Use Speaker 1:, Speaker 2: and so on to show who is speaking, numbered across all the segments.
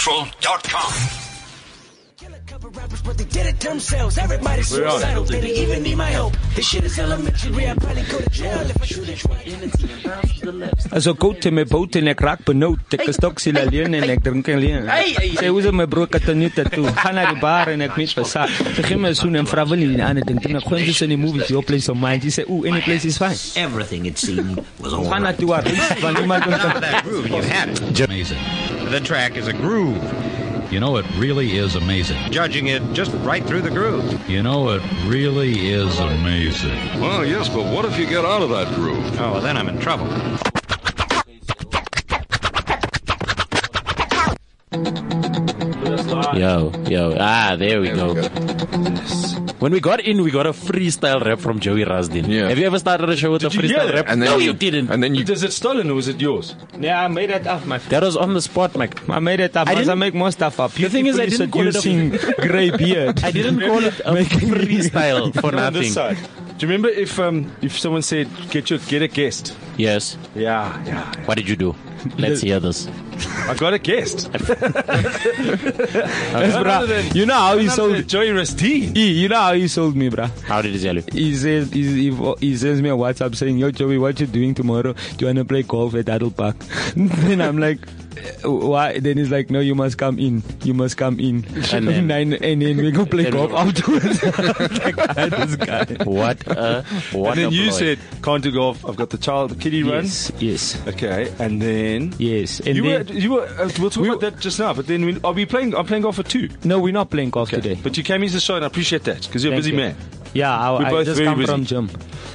Speaker 1: CliffCentral.com.
Speaker 2: Couple rappers, but they did it themselves. Everybody's
Speaker 3: We're on it.
Speaker 2: suicidal. They didn't even need my help. This shit is elementary. I probably go to jail if I shoot it
Speaker 4: Also koud in my boot en ek raak benoud. Ek is toksiel alleen en ek drink alleen.
Speaker 5: Hey, hey,
Speaker 4: Sê hoe is my broek het nie toe. Gaan na die bar en ek mis versa. Sy gee my soen en vra wil jy 'n ander ding. Ek gaan dis in die movies your place of mine. Sy sê ooh any place is fine.
Speaker 5: Everything it seemed was all
Speaker 4: Gaan na
Speaker 5: right.
Speaker 4: toe waar. Want niemand kan
Speaker 6: Now that groove you had.
Speaker 3: Amazing.
Speaker 6: The track is a groove,
Speaker 3: You know, it really is amazing.
Speaker 6: judging it just right through the groove.
Speaker 3: You know, it really is amazing.
Speaker 7: Well, yes, but what if you get out of that groove?
Speaker 6: Oh, well, then I'm in trouble.
Speaker 8: Yo, yo. Ah, there we go. When we got in, we got a freestyle rap from Joey Rusden.
Speaker 9: Yeah.
Speaker 8: Have you ever started a show with a
Speaker 9: you
Speaker 8: freestyle
Speaker 9: hear it?
Speaker 8: rap?
Speaker 9: And then
Speaker 8: no, you didn't.
Speaker 9: And then you.
Speaker 3: Is it stolen or was it yours?
Speaker 4: Yeah, I made that up my friend.
Speaker 8: that was on the spot, Mike.
Speaker 4: I made it up.
Speaker 8: I
Speaker 4: I, I
Speaker 8: didn't-
Speaker 4: make more stuff up.
Speaker 8: The thing is, I didn't call it a-
Speaker 4: using grey beard.
Speaker 8: I didn't call it a freestyle for
Speaker 3: On this
Speaker 8: nothing.
Speaker 3: side. Do you remember if um, if someone said get your get a guest?
Speaker 8: Yes.
Speaker 3: Yeah, yeah.
Speaker 8: What did you do? Let's hear this.
Speaker 3: I got a guest.
Speaker 4: bruh. You know how he
Speaker 3: So
Speaker 4: sold.
Speaker 3: Joey Rusty.
Speaker 4: He, you know how he sold me, bruh.
Speaker 8: How did he tell you?
Speaker 4: He says he, he, he sends me a WhatsApp saying, "Yo, Joey, what you doing tomorrow? Do you wanna play golf at Adel Park?" then I'm like, "Eh, "Why?" Then he's like, "No, you must come in. You must come in."
Speaker 8: And then-
Speaker 4: Nine- and then we go play
Speaker 8: Then
Speaker 4: golf
Speaker 8: we-
Speaker 4: afterwards. Like, I had this guy.
Speaker 8: What a what
Speaker 3: And then
Speaker 8: a
Speaker 3: you
Speaker 8: boy.
Speaker 3: said can't do golf. I've got the child, the kiddie
Speaker 4: Yes, yes,
Speaker 3: run. Okay, and then.
Speaker 4: yes. And
Speaker 3: You were,
Speaker 4: then,
Speaker 3: you were, uh, we'll talk
Speaker 4: We
Speaker 3: about that just now, but then we, are we playing? I'm playing golf at two.
Speaker 4: no, we're not playing golf today.
Speaker 3: But you came into the show and I appreciate that because you're a
Speaker 4: Thank
Speaker 3: busy
Speaker 4: you.
Speaker 3: man.
Speaker 4: Yeah,
Speaker 3: We're
Speaker 4: I, I
Speaker 3: both
Speaker 4: just
Speaker 3: very
Speaker 4: come
Speaker 3: busy.
Speaker 4: from gym.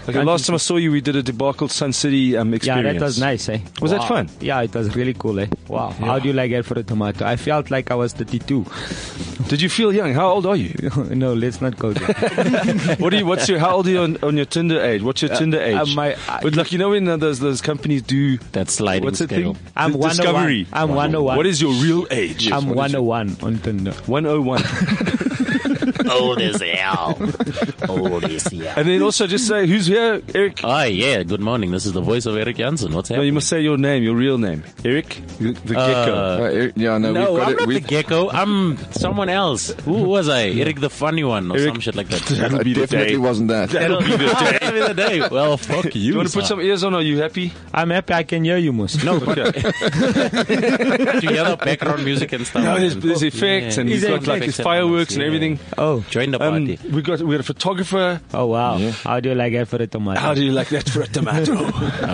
Speaker 3: Okay, last time I saw you, we did a debacle Sun City um,
Speaker 4: Yeah,
Speaker 3: experience.
Speaker 4: that was nice, eh?
Speaker 3: Was that
Speaker 4: Wow.
Speaker 3: fun?
Speaker 4: Yeah, it was really cool, eh? Wow. How do you like it for a tomato? I felt like I was 32.
Speaker 3: Did you feel young? How old are you?
Speaker 4: no, let's not go there.
Speaker 3: What do you? What's your? How old are you on, on your Tinder age? What's your Tinder age?
Speaker 4: uh, my- I-
Speaker 3: but like you know when uh, those those companies do
Speaker 8: that sliding
Speaker 3: what's the
Speaker 8: scale.
Speaker 3: thing?
Speaker 4: I'm
Speaker 3: The
Speaker 4: 101.
Speaker 3: discovery.
Speaker 4: I'm 101.
Speaker 3: What is your real age?
Speaker 4: I'm 101 on Tinder.
Speaker 3: One oh one.
Speaker 8: Old as hell. Old as hell.
Speaker 3: And then also just say who's here, Eric.
Speaker 8: Ah, yeah. Good morning. This is the voice of Eric Jansen. What's
Speaker 3: No, you
Speaker 8: happening?
Speaker 3: must say your name, your real name, Eric the, the
Speaker 8: Uh,
Speaker 3: Gecko.
Speaker 9: Uh, er- yeah, no,
Speaker 8: no,
Speaker 9: we've
Speaker 8: I'm
Speaker 9: got it.
Speaker 8: not the
Speaker 9: we've,
Speaker 8: gecko. I'm someone else. Who was I? Eric the funny one or
Speaker 3: Eric-
Speaker 8: some shit like that.
Speaker 3: That'll
Speaker 9: it
Speaker 3: be the
Speaker 9: definitely
Speaker 3: day.
Speaker 9: wasn't that.
Speaker 8: That'll be the day. Well, fuck you.
Speaker 3: Do you want to put
Speaker 8: sir.
Speaker 3: some ears on? Are you happy?
Speaker 4: I'm happy I can hear you, Moose.
Speaker 8: No, but
Speaker 3: Okay.
Speaker 8: do you have background music and stuff?
Speaker 3: No, there's, there's
Speaker 8: Yeah.
Speaker 3: effects and we've
Speaker 8: Is there
Speaker 3: got like
Speaker 8: effects
Speaker 3: fireworks and
Speaker 8: yeah.
Speaker 3: everything.
Speaker 4: Oh,
Speaker 8: Join the
Speaker 3: Um,
Speaker 8: party.
Speaker 3: we got we had a photographer.
Speaker 4: oh wow. How do you like it for a tomato?
Speaker 3: How do you like that for a tomato?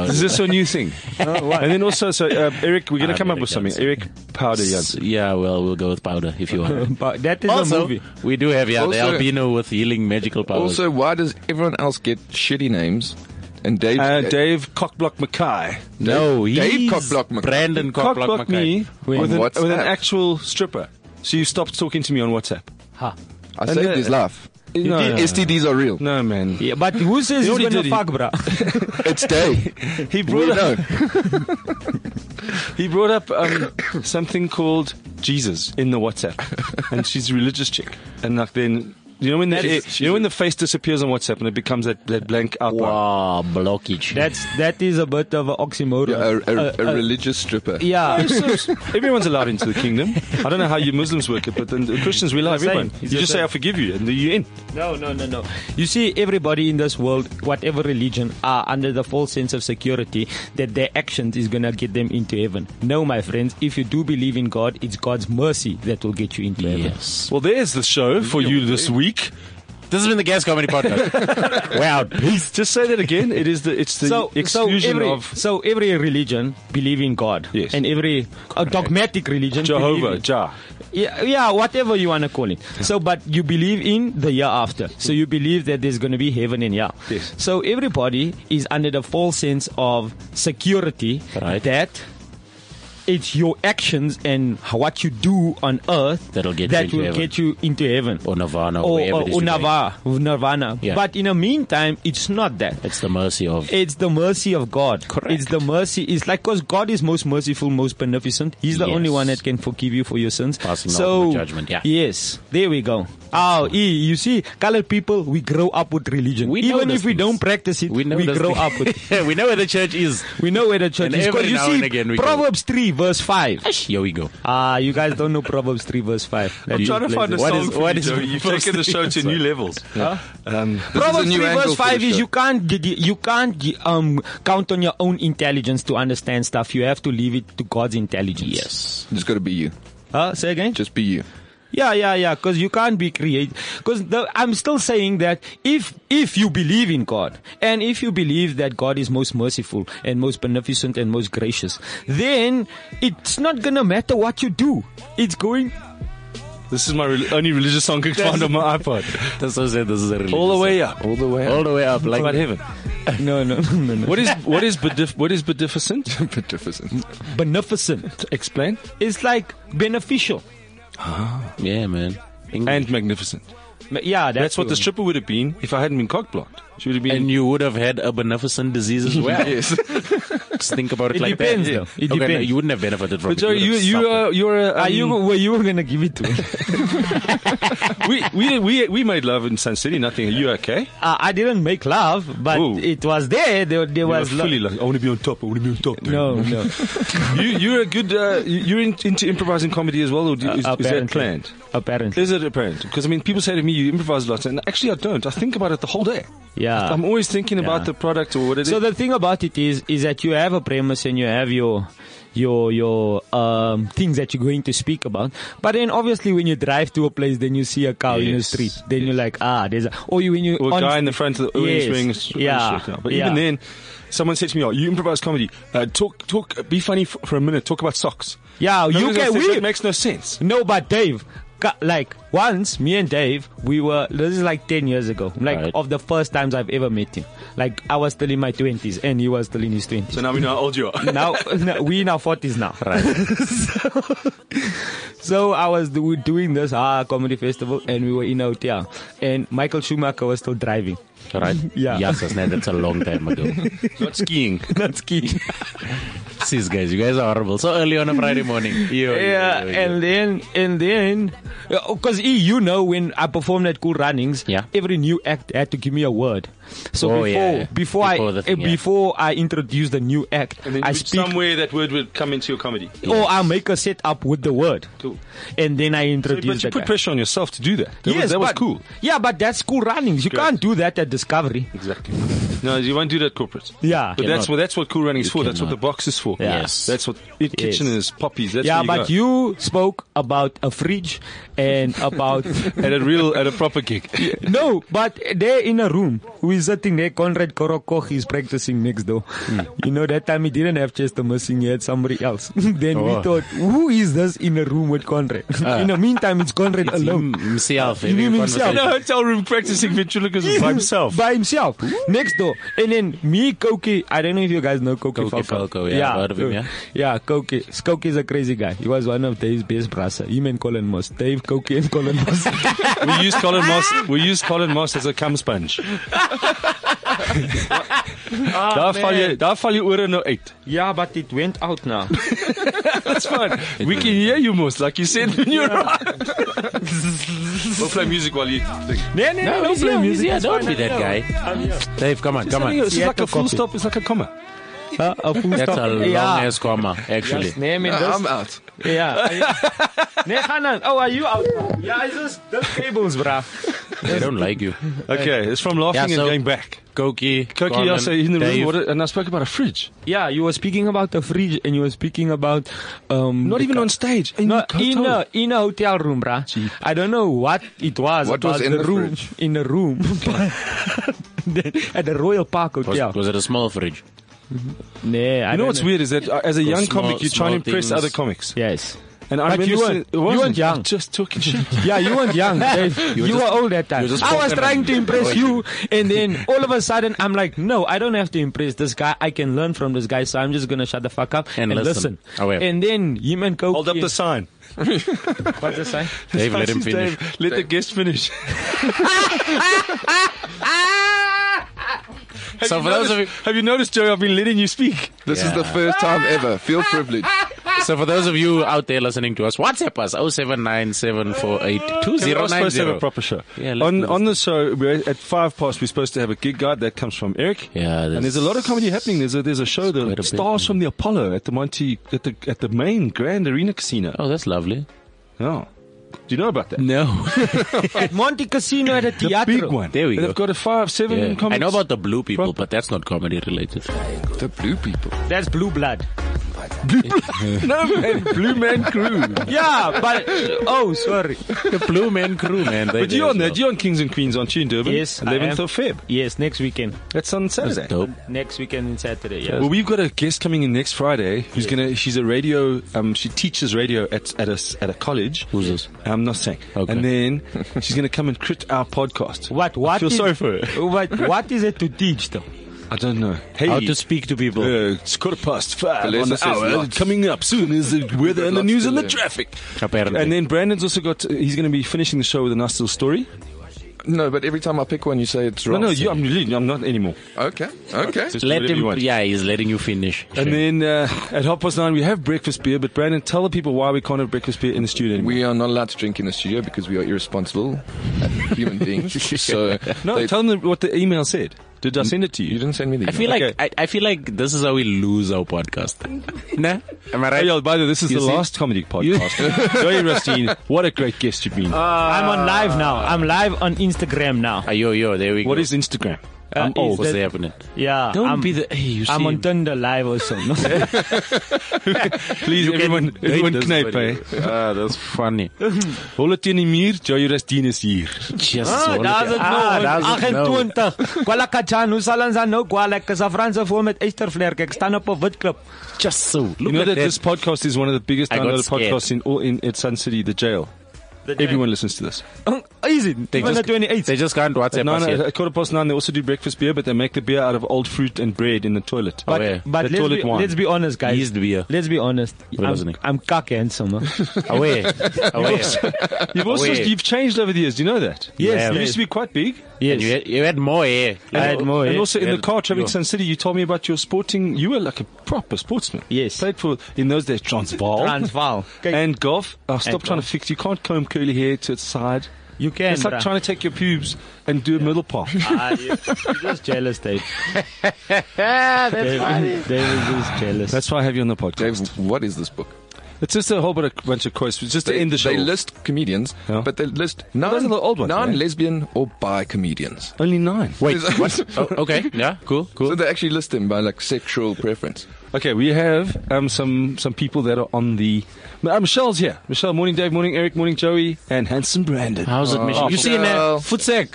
Speaker 3: Is this a new thing? and then also, so uh, Eric, we're going to
Speaker 8: Oh, Ah,
Speaker 3: come up
Speaker 8: Eric
Speaker 3: with something.
Speaker 8: Jansen.
Speaker 3: Eric Powder Jansen.
Speaker 8: yeah, well, we'll go with powder if you want.
Speaker 4: But that is a
Speaker 8: also,
Speaker 4: movie.
Speaker 8: we do have yeah, the
Speaker 9: Also-
Speaker 8: albino with healing magical powers.
Speaker 9: Also, why does everyone else get shitty names? And Dave,
Speaker 3: Uh, Dave Cockblock Mackay.
Speaker 8: no, he's
Speaker 9: Dave Cockblock Mackay.
Speaker 8: Brandon Cockblock
Speaker 3: Cockblock me
Speaker 8: Mackay.
Speaker 9: On
Speaker 3: with an, with an
Speaker 9: WhatsApp.
Speaker 3: actual stripper. So you stopped talking to me on WhatsApp.
Speaker 9: I saved
Speaker 3: uh,
Speaker 9: his life.
Speaker 3: No, no,
Speaker 9: STDs are real.
Speaker 3: no, man.
Speaker 4: Yeah, but who says
Speaker 3: You
Speaker 4: he's
Speaker 3: already did it.
Speaker 4: gonna fuck, bruh?
Speaker 9: It's Dave.
Speaker 3: He
Speaker 9: we
Speaker 3: brought up,
Speaker 9: know.
Speaker 3: he brought up um, something called Jesus in the WhatsApp, and she's a religious chick. And like then, you know when that,
Speaker 9: She's-
Speaker 3: eh,
Speaker 9: she's
Speaker 3: you know
Speaker 9: a-
Speaker 3: when the face disappears on WhatsApp and it becomes that, that blank outline.
Speaker 8: Wow, blockage.
Speaker 4: That's that is a bit of an oxymoron.
Speaker 9: A, a,
Speaker 4: Uh,
Speaker 9: a
Speaker 4: uh,
Speaker 9: religious stripper.
Speaker 4: yeah.
Speaker 3: Everyone's allowed into the kingdom. I don't know how you Muslims work it, but then the Christians we allow
Speaker 4: Same.
Speaker 3: everyone.
Speaker 4: It's
Speaker 3: you
Speaker 4: the
Speaker 3: just say
Speaker 4: same.
Speaker 3: I forgive you, and you're in.
Speaker 4: No, no, no, no. You see, everybody in this world, whatever religion, are under the false sense of security that their actions is gonna get them into heaven. No, my friends, if you do believe in God, it's God's mercy that will get you into heaven.
Speaker 8: Yes.
Speaker 3: Well, there's the show for you this week.
Speaker 8: This has been the Gas Comedy Podcast. We're out. Peace.
Speaker 3: Just say that again. It is the it's the
Speaker 4: So, so
Speaker 3: exclusion
Speaker 4: every,
Speaker 3: of
Speaker 4: so every religion believe in God,
Speaker 3: Yes.
Speaker 4: and every uh, dogmatic religion believe
Speaker 3: Jehovah
Speaker 4: in-
Speaker 3: Jah.
Speaker 4: yeah, yeah, whatever you want to call it. So, but you believe in the year after. So you believe that there's going to be heaven and hell.
Speaker 3: Yes.
Speaker 4: So everybody is under the false sense of security
Speaker 8: Right.
Speaker 4: that it's your actions and what you do on earth
Speaker 8: That'll get you
Speaker 4: that
Speaker 8: into
Speaker 4: will
Speaker 8: heaven.
Speaker 4: get you into heaven
Speaker 8: Or Nirvana,
Speaker 4: or,
Speaker 8: wherever
Speaker 4: or,
Speaker 8: it is
Speaker 4: or
Speaker 8: you go.
Speaker 4: Oh, Nirvana. Nirvana.
Speaker 8: Yeah.
Speaker 4: But in the meantime, it's not that.
Speaker 8: It's the mercy of
Speaker 4: It's the mercy of God.
Speaker 8: Correct.
Speaker 4: It's the mercy. It's like because God is most merciful, most beneficent. He's the
Speaker 8: Yes.
Speaker 4: only one that can forgive you for your sins.
Speaker 8: Passing the
Speaker 4: so
Speaker 8: ultimate judgment, yeah.
Speaker 4: Yes. There we go. Oh, e, you see, colored people, we grow up with religion.
Speaker 8: We know
Speaker 4: Even
Speaker 8: those
Speaker 4: if we
Speaker 8: things.
Speaker 4: don't practice it, we,
Speaker 8: know this
Speaker 4: grow
Speaker 8: thing.
Speaker 4: up with. it.
Speaker 8: we know where the church is.
Speaker 4: We know where the church
Speaker 8: And
Speaker 4: is. 'Cause
Speaker 8: every
Speaker 4: you
Speaker 8: now
Speaker 4: see,
Speaker 8: and again we go.
Speaker 4: Proverbs three verse 5.
Speaker 8: Ash, Here we go.
Speaker 4: Ah, you guys don't know Proverbs 3 verse 5.
Speaker 3: I'm
Speaker 4: You-
Speaker 3: trying to find a
Speaker 8: What
Speaker 3: song
Speaker 8: is-
Speaker 3: for
Speaker 8: what
Speaker 3: you,
Speaker 8: is
Speaker 3: Joey. You've
Speaker 8: Proverbs
Speaker 3: taken the show to new levels. Um,
Speaker 9: This is a
Speaker 4: Proverbs
Speaker 9: new
Speaker 4: 3
Speaker 9: angle
Speaker 4: verse
Speaker 9: for the
Speaker 4: 5 is
Speaker 9: show.
Speaker 4: you can't g- you can't g- um count on your own intelligence to understand stuff. You have to leave it to God's intelligence.
Speaker 8: Yes.
Speaker 9: Just got to be you.
Speaker 4: Huh? Say again?
Speaker 9: Just be you.
Speaker 4: Yeah, yeah, yeah. Because you can't be created. Because I'm still saying that if if you believe in God and if you believe that God is most merciful and most beneficent and most gracious, then it's not gonna matter what you do. It's going
Speaker 3: this is my rel- only religious song I could find on my iPod.
Speaker 8: That's what I said. This is a religious
Speaker 3: All the way up.
Speaker 9: All the way
Speaker 8: song. All the way up. Like
Speaker 3: About heaven.
Speaker 4: no, no, no, no, no.
Speaker 3: What is what is bedif- what is beneficent?
Speaker 9: Magnificent.
Speaker 4: beneficent?
Speaker 3: Explain.
Speaker 4: It's like beneficial.
Speaker 8: Yeah, man.
Speaker 3: And magnificent.
Speaker 4: Ma- Yeah, that's,
Speaker 3: That's what the stripper would have been if I hadn't been cock blocked. She would have been.
Speaker 8: and you would have had a beneficent disease as well.
Speaker 9: yes.
Speaker 8: Just think about it,
Speaker 4: It
Speaker 8: like
Speaker 4: depends,
Speaker 8: that.
Speaker 4: though. It
Speaker 8: Okay, no,
Speaker 4: depends.
Speaker 8: you wouldn't have benefited from
Speaker 3: but
Speaker 8: it.
Speaker 3: Joey, you
Speaker 8: would have
Speaker 3: you
Speaker 8: suffered.
Speaker 3: are you're a,
Speaker 4: Are
Speaker 3: um,
Speaker 4: you were you were gonna give it to me?
Speaker 3: we, we we we made love in Sun City. Nothing. Are you okay?
Speaker 4: uh, I didn't make love, but
Speaker 3: Ooh.
Speaker 4: it was there. There, there
Speaker 3: You
Speaker 4: was
Speaker 3: were
Speaker 4: lo-
Speaker 3: fully like I want to be on top. I want to be on top. dude.
Speaker 4: no, no.
Speaker 3: you you're a good. Uh, you- you're in, into improvising comedy as well, or do, is, is that
Speaker 4: Uh, Apparently.
Speaker 3: planned?
Speaker 4: Apparently,
Speaker 3: Is it apparent? Because I mean, people say to me, "You improvise a lot," and actually, I don't. I think about it the whole day.
Speaker 4: yeah.
Speaker 3: I'm always thinking
Speaker 4: Ah. Yeah.
Speaker 3: about the product or what it is.
Speaker 4: So the thing about it is, is that you have a premise and you have your, your, your um, things that you're going to speak about. But then obviously, when you drive to a place, then you see a cow in the
Speaker 3: Yes,
Speaker 4: street. Then you're like, ah, there's a. Or you when you
Speaker 3: or a
Speaker 4: on-
Speaker 3: guy in the front of the audience
Speaker 4: Yes.
Speaker 3: wearing a s-
Speaker 4: Yeah.
Speaker 3: shirt. But
Speaker 4: Yeah.
Speaker 3: even then, someone said to me, "Oh, you improvise comedy. Uh, talk, talk, be funny for, for a minute. Talk about socks."
Speaker 4: Yeah,
Speaker 3: And I
Speaker 4: Oh, you
Speaker 3: was
Speaker 4: can.
Speaker 3: like,
Speaker 4: We
Speaker 3: That makes no sense.
Speaker 4: No, but Dave, ca- like once me and Dave, we were. This is like ten years ago. Like
Speaker 8: Right.
Speaker 4: of the first times I've ever met him. Like I was still in my twenties and he was still in his twenties.
Speaker 3: So now we know how old you are.
Speaker 4: now no, we in our forties now. Right. so, so I was do, doing this ah comedy festival, and we were in a hotel, and Michael Schumacher was still driving.
Speaker 8: right.
Speaker 4: Yeah.
Speaker 8: Yes, that's- that's a long time ago.
Speaker 3: Not skiing.
Speaker 4: Not skiing.
Speaker 8: Sis, guys, you guys are horrible. So early on a Friday morning.
Speaker 3: Oh,
Speaker 8: Yo, yo,
Speaker 4: yeah,
Speaker 8: yo, yo.
Speaker 4: and then and then because oh, E, you know when I performed at Cool Runnings,
Speaker 8: Yeah.
Speaker 4: every new act had to give me a word. So
Speaker 8: Oh,
Speaker 4: before,
Speaker 8: yeah, yeah.
Speaker 4: before I
Speaker 8: Before the thing,
Speaker 4: eh,
Speaker 8: yeah.
Speaker 4: before I introduce the new act,
Speaker 3: And then
Speaker 4: I
Speaker 3: you-
Speaker 4: speak
Speaker 3: somewhere that word would come into your comedy.
Speaker 4: or I make a setup with the word,
Speaker 3: Cool.
Speaker 4: and then I
Speaker 3: So,
Speaker 4: introduce.
Speaker 3: but you
Speaker 4: the
Speaker 3: put
Speaker 4: guy.
Speaker 3: pressure on yourself to do that. That
Speaker 4: yes,
Speaker 3: was, that was
Speaker 4: but-
Speaker 3: cool.
Speaker 4: Yeah, but that's cool runnings. You
Speaker 3: Correct.
Speaker 4: can't do that at Discovery.
Speaker 3: Exactly. No, you won't do that corporate.
Speaker 4: Yeah.
Speaker 3: But that's
Speaker 8: Cannot.
Speaker 3: what that's what cool running is
Speaker 8: You
Speaker 3: for. That's what the
Speaker 8: cannot.
Speaker 3: box is for.
Speaker 4: Yeah.
Speaker 8: Yes.
Speaker 3: That's what it kitchen
Speaker 4: Yes.
Speaker 3: is, poppies. That's
Speaker 4: yeah,
Speaker 3: where you
Speaker 4: but
Speaker 3: go.
Speaker 4: you spoke about a fridge and about
Speaker 3: at a real at a proper gig.
Speaker 4: no, but they're in a room. Who is sitting there? Conrad Korokoch is practicing next door.
Speaker 3: Hmm.
Speaker 4: You know that time he didn't have Chester Missing. He had somebody else. then
Speaker 3: Oh.
Speaker 4: we thought, who is this in a room with Conrad?
Speaker 3: Ah.
Speaker 4: in the meantime, it's Conrad alone.
Speaker 8: Him- himself.
Speaker 4: You mean himself?
Speaker 3: In a hotel room practicing ventriloquism by himself.
Speaker 4: By himself. Next door. And then me, Koki. I don't know if you guys know Koki
Speaker 8: Koki
Speaker 4: Falco.
Speaker 8: Falco, yeah, I've heard of him, yeah.
Speaker 4: Yeah, Koki. Koki is a crazy guy. He was one of Dave's best brasser. Him and Colin Moss. Dave, Koki, and Colin Moss.
Speaker 3: We use Colin Moss. We use Colin Moss as a cum sponge. Ah, daar val jy daar val jy ore nou uit.
Speaker 4: yeah, but it went out now.
Speaker 3: That's fine. We can hear you Moss like you said when you're around. we'll play music while you think.
Speaker 4: no, no,
Speaker 8: No, don't
Speaker 4: he's here,
Speaker 8: blame
Speaker 4: he's
Speaker 8: music.
Speaker 4: here.
Speaker 8: Yeah, don't be that guy. Dave, come on, come on.
Speaker 3: It's like
Speaker 4: Seattle
Speaker 3: a full
Speaker 4: coffee.
Speaker 3: stop. It's like a comma.
Speaker 4: Uh, a full
Speaker 8: That's a
Speaker 4: stop.
Speaker 8: long
Speaker 4: yeah.
Speaker 8: ass comma, actually.
Speaker 4: Just name it.
Speaker 9: Uh, I'm
Speaker 4: this-
Speaker 9: out.
Speaker 4: yeah. nee, ga dan. Oh, are you out? Yeah, it's just the tables, bruh.
Speaker 8: They don't like you. Eh,
Speaker 3: Okay, it's from laughing
Speaker 8: Yeah, so-
Speaker 3: and going back.
Speaker 8: Koki,
Speaker 3: Cookie,
Speaker 8: Conan,
Speaker 3: I say in the room,
Speaker 8: Dave.
Speaker 3: what, and I spoke about a fridge.
Speaker 4: Yeah, you were speaking about the fridge and you were speaking about um
Speaker 3: Not even on stage. In
Speaker 4: No,
Speaker 3: the hotel.
Speaker 4: in a in a hotel room, bruh. I don't know what it was.
Speaker 9: What
Speaker 4: about
Speaker 9: was in the
Speaker 4: room?
Speaker 9: fridge?
Speaker 4: In the room, at the Royal Park
Speaker 8: Was,
Speaker 4: Hotel.
Speaker 8: was it a small fridge?
Speaker 4: Nah, I
Speaker 3: You know
Speaker 4: don't
Speaker 3: what's weird is that uh, as a young
Speaker 8: small-
Speaker 3: comic, you try and
Speaker 8: small
Speaker 3: impress
Speaker 8: things.
Speaker 3: other comics.
Speaker 4: Yes.
Speaker 3: And I
Speaker 4: But
Speaker 3: remember
Speaker 4: you weren't-
Speaker 3: saying- it
Speaker 4: you weren't
Speaker 3: wasn't,
Speaker 4: young.
Speaker 3: I'm Just talking shit.
Speaker 4: Yeah, you weren't young. Dave. You, were, old that time.
Speaker 8: you were just
Speaker 4: I was
Speaker 8: poking
Speaker 4: trying
Speaker 8: around.
Speaker 4: to impress you, and then all of a sudden, I'm like, no, I don't have to impress this guy. I can learn from this guy, so I'm just gonna shut the fuck up
Speaker 8: And listen. Oh, yeah.
Speaker 4: And then him and Coke.
Speaker 3: Hold up the sign.
Speaker 4: What's the sign?
Speaker 8: Dave, let him finish.
Speaker 3: Dave, let the guest finish. Have
Speaker 8: So
Speaker 3: you
Speaker 8: for those
Speaker 3: noticed-
Speaker 8: of you-
Speaker 3: have you noticed, Joey? I've been letting you speak.
Speaker 9: This is the first time ever. Feel privileged.
Speaker 8: So for those of you out there listening to us, WhatsApp us 0797482090.
Speaker 3: Yeah, we're supposed to have a proper show.
Speaker 8: Yeah, let's do
Speaker 3: on
Speaker 8: this.
Speaker 3: on the show, we're at five past. We're supposed to have a gig guide that comes from Eric.
Speaker 8: Yeah,
Speaker 3: and there's a lot of comedy happening. There's a there's a show,
Speaker 8: quite a
Speaker 3: the
Speaker 8: bit,
Speaker 3: Stars
Speaker 8: yeah.
Speaker 3: from the Apollo at the Monty at the at the main Grand Arena Casino.
Speaker 8: Oh, that's lovely.
Speaker 3: Oh, do you know about that?
Speaker 8: No.
Speaker 4: At Monte Casino at a
Speaker 3: The
Speaker 4: theater.
Speaker 3: big one.
Speaker 8: There we
Speaker 3: They've
Speaker 8: go.
Speaker 3: got a five, seven.
Speaker 8: Yeah. I
Speaker 3: comics.
Speaker 8: know about the blue people,
Speaker 3: Proper.
Speaker 8: but that's not comedy related.
Speaker 9: The blue people.
Speaker 4: That's blue blood.
Speaker 3: no man, Blue Man Crew.
Speaker 4: Yeah, but oh, sorry.
Speaker 8: the Blue Man Crew, man. They
Speaker 3: But
Speaker 8: there
Speaker 3: you're on
Speaker 8: as
Speaker 3: that. You're on Kings and Queens on Tune Durban.
Speaker 4: Yes, I
Speaker 3: 11th
Speaker 4: am.
Speaker 3: of Feb.
Speaker 4: Yes, next weekend.
Speaker 3: That's on
Speaker 8: well.
Speaker 3: Saturday.
Speaker 8: That's dope.
Speaker 4: Next weekend and Saturday. Yeah.
Speaker 3: Well, we've got a guest coming in next Friday who's gonna. She's a radio. Um, she teaches radio at at a s- at a college.
Speaker 8: Who's this?
Speaker 3: I'm not saying.
Speaker 8: Okay.
Speaker 3: And then she's gonna come and crit our podcast.
Speaker 4: What? What?
Speaker 3: feel
Speaker 4: is-
Speaker 3: sorry for her.
Speaker 4: What? What is it to teach though?
Speaker 3: I don't know. Hey,
Speaker 8: How to speak to people.
Speaker 3: uh, it's quarter past five
Speaker 9: Vanessa
Speaker 3: on the
Speaker 9: says
Speaker 3: hour.
Speaker 9: lots.
Speaker 3: Coming up soon is the weather and the
Speaker 9: lots
Speaker 3: news
Speaker 9: to
Speaker 3: and the
Speaker 9: learn.
Speaker 3: traffic.
Speaker 8: Apparently.
Speaker 3: And then Brandon's also got. He's going to be finishing the show with a nice little story.
Speaker 9: No, but every time I pick one, you say it's
Speaker 3: No,
Speaker 9: wrong.
Speaker 3: no, you, I'm, really- I'm not anymore.
Speaker 9: Okay, okay.
Speaker 3: Just
Speaker 8: Let
Speaker 3: whatever you
Speaker 8: him,
Speaker 3: want.
Speaker 8: yeah, he's letting you finish.
Speaker 3: And
Speaker 8: Sure.
Speaker 3: then uh, at half past nine we have breakfast beer. But Brandon, tell the people why we can't have breakfast beer in the studio. Anymore.
Speaker 9: We are not allowed to drink in the studio because we are irresponsible uh, human beings. So
Speaker 3: no,
Speaker 9: they-
Speaker 3: tell them what the email said. Did I send it to
Speaker 9: you
Speaker 3: you?
Speaker 9: didn't send me the.
Speaker 8: I feel
Speaker 3: Okay.
Speaker 8: like I, I feel like this is how we lose our podcast. nah, am I
Speaker 3: Hey,
Speaker 8: right?
Speaker 3: yo, by the way, this is
Speaker 8: You
Speaker 3: the
Speaker 8: see?
Speaker 3: last comedy podcast. Joey Rustin, what a great guest you've been.
Speaker 4: I'm on live now. I'm live on Instagram now.
Speaker 8: Ah, yo, yo, there we
Speaker 3: what
Speaker 8: go.
Speaker 3: is Instagram?
Speaker 8: I'm
Speaker 4: is
Speaker 8: old. What's
Speaker 4: that-
Speaker 8: happening?
Speaker 4: Yeah.
Speaker 8: Don't
Speaker 4: I'm,
Speaker 8: be the. Hey, you
Speaker 4: I'm
Speaker 8: see
Speaker 4: on
Speaker 8: him.
Speaker 4: Thunder Live also. No?
Speaker 3: Please, everyone,
Speaker 8: Date
Speaker 3: everyone,
Speaker 8: this
Speaker 3: knyp,
Speaker 8: video.
Speaker 3: eh?
Speaker 8: Ah, that's funny.
Speaker 3: Holle teen die muur, Joey Rustin is hier.
Speaker 8: Just
Speaker 4: Ah, daar's dit nou.
Speaker 8: no.
Speaker 4: 28. Kwala Kachan, hoe sal ons dan nou kwala? Ek is 'n Franse voor met eystervlerk. Ek staan op 'n wit klip.
Speaker 8: Just so. Look
Speaker 3: You know
Speaker 8: at
Speaker 3: that,
Speaker 8: that.
Speaker 3: this podcast is one of the biggest
Speaker 8: I got
Speaker 3: downloaded
Speaker 8: scared.
Speaker 3: podcasts in all in at Sun City, the jail. Everyone listens to this.
Speaker 4: Is it?
Speaker 8: Oh, they
Speaker 4: Even
Speaker 8: just
Speaker 4: at 28.
Speaker 8: They just can't WhatsApp
Speaker 3: No,
Speaker 8: us
Speaker 3: no,
Speaker 8: yet.
Speaker 3: at quarter past nine they also do breakfast beer, but they make the beer out of old fruit and bread in the toilet.
Speaker 4: But,
Speaker 8: Oh, yeah.
Speaker 4: but
Speaker 3: The
Speaker 4: let's,
Speaker 3: toilet
Speaker 4: be,
Speaker 3: wine.
Speaker 4: let's be honest, guys.
Speaker 8: Yeast beer.
Speaker 4: Let's be honest.
Speaker 8: wasn't
Speaker 4: I'm,
Speaker 8: it?
Speaker 4: I'm cock handsome. Huh?
Speaker 8: Away, away.
Speaker 3: you've also
Speaker 8: wait.
Speaker 3: you've changed over the years. Do you know that?
Speaker 8: Yes,
Speaker 3: you
Speaker 8: yes.
Speaker 3: used to be quite big.
Speaker 8: And you
Speaker 4: yes.
Speaker 8: had, you had more hair.
Speaker 4: I had more.
Speaker 3: And
Speaker 4: eh?
Speaker 3: also in
Speaker 8: Yeah,
Speaker 3: the car traveling
Speaker 8: you-
Speaker 3: Sun City, you told me about your sporting. You were like a proper sportsman.
Speaker 4: Yes.
Speaker 3: played for in those days Transvaal.
Speaker 4: Transvaal.
Speaker 3: And golf, oh, stop
Speaker 4: And
Speaker 3: trying
Speaker 4: golf. uh,
Speaker 3: to fix. You can't comb curly hair to its side.
Speaker 4: you can.
Speaker 3: it's like
Speaker 4: bruh.
Speaker 3: trying to take your pubes and do a middle part.
Speaker 4: Ah, you- you're just jealous, Dave. Dave, Dave is just jealous.
Speaker 3: That's why I have you on the
Speaker 9: Dave,
Speaker 3: podcast.
Speaker 9: what is this book?
Speaker 3: It's just a whole bunch of, bunch of quotes. Just to
Speaker 9: They,
Speaker 3: end the show.
Speaker 9: they list comedians,
Speaker 3: Yeah.
Speaker 9: but they list
Speaker 3: those
Speaker 9: non,
Speaker 3: are the old ones, right?
Speaker 9: lesbian or bi comedians.
Speaker 3: Only nine.
Speaker 8: Wait, what? Oh, okay, yeah, cool,
Speaker 9: So
Speaker 8: cool.
Speaker 9: they actually list them by like sexual preference.
Speaker 3: Okay, we have um, some some people that are on the. Uh, Michelle's here. Michelle, morning, Dave. Morning, Eric. Morning, Joey. And handsome Brandon. Oh,
Speaker 8: How's it, Michelle? Oh. you see in
Speaker 9: Michelle.
Speaker 8: there, footsack.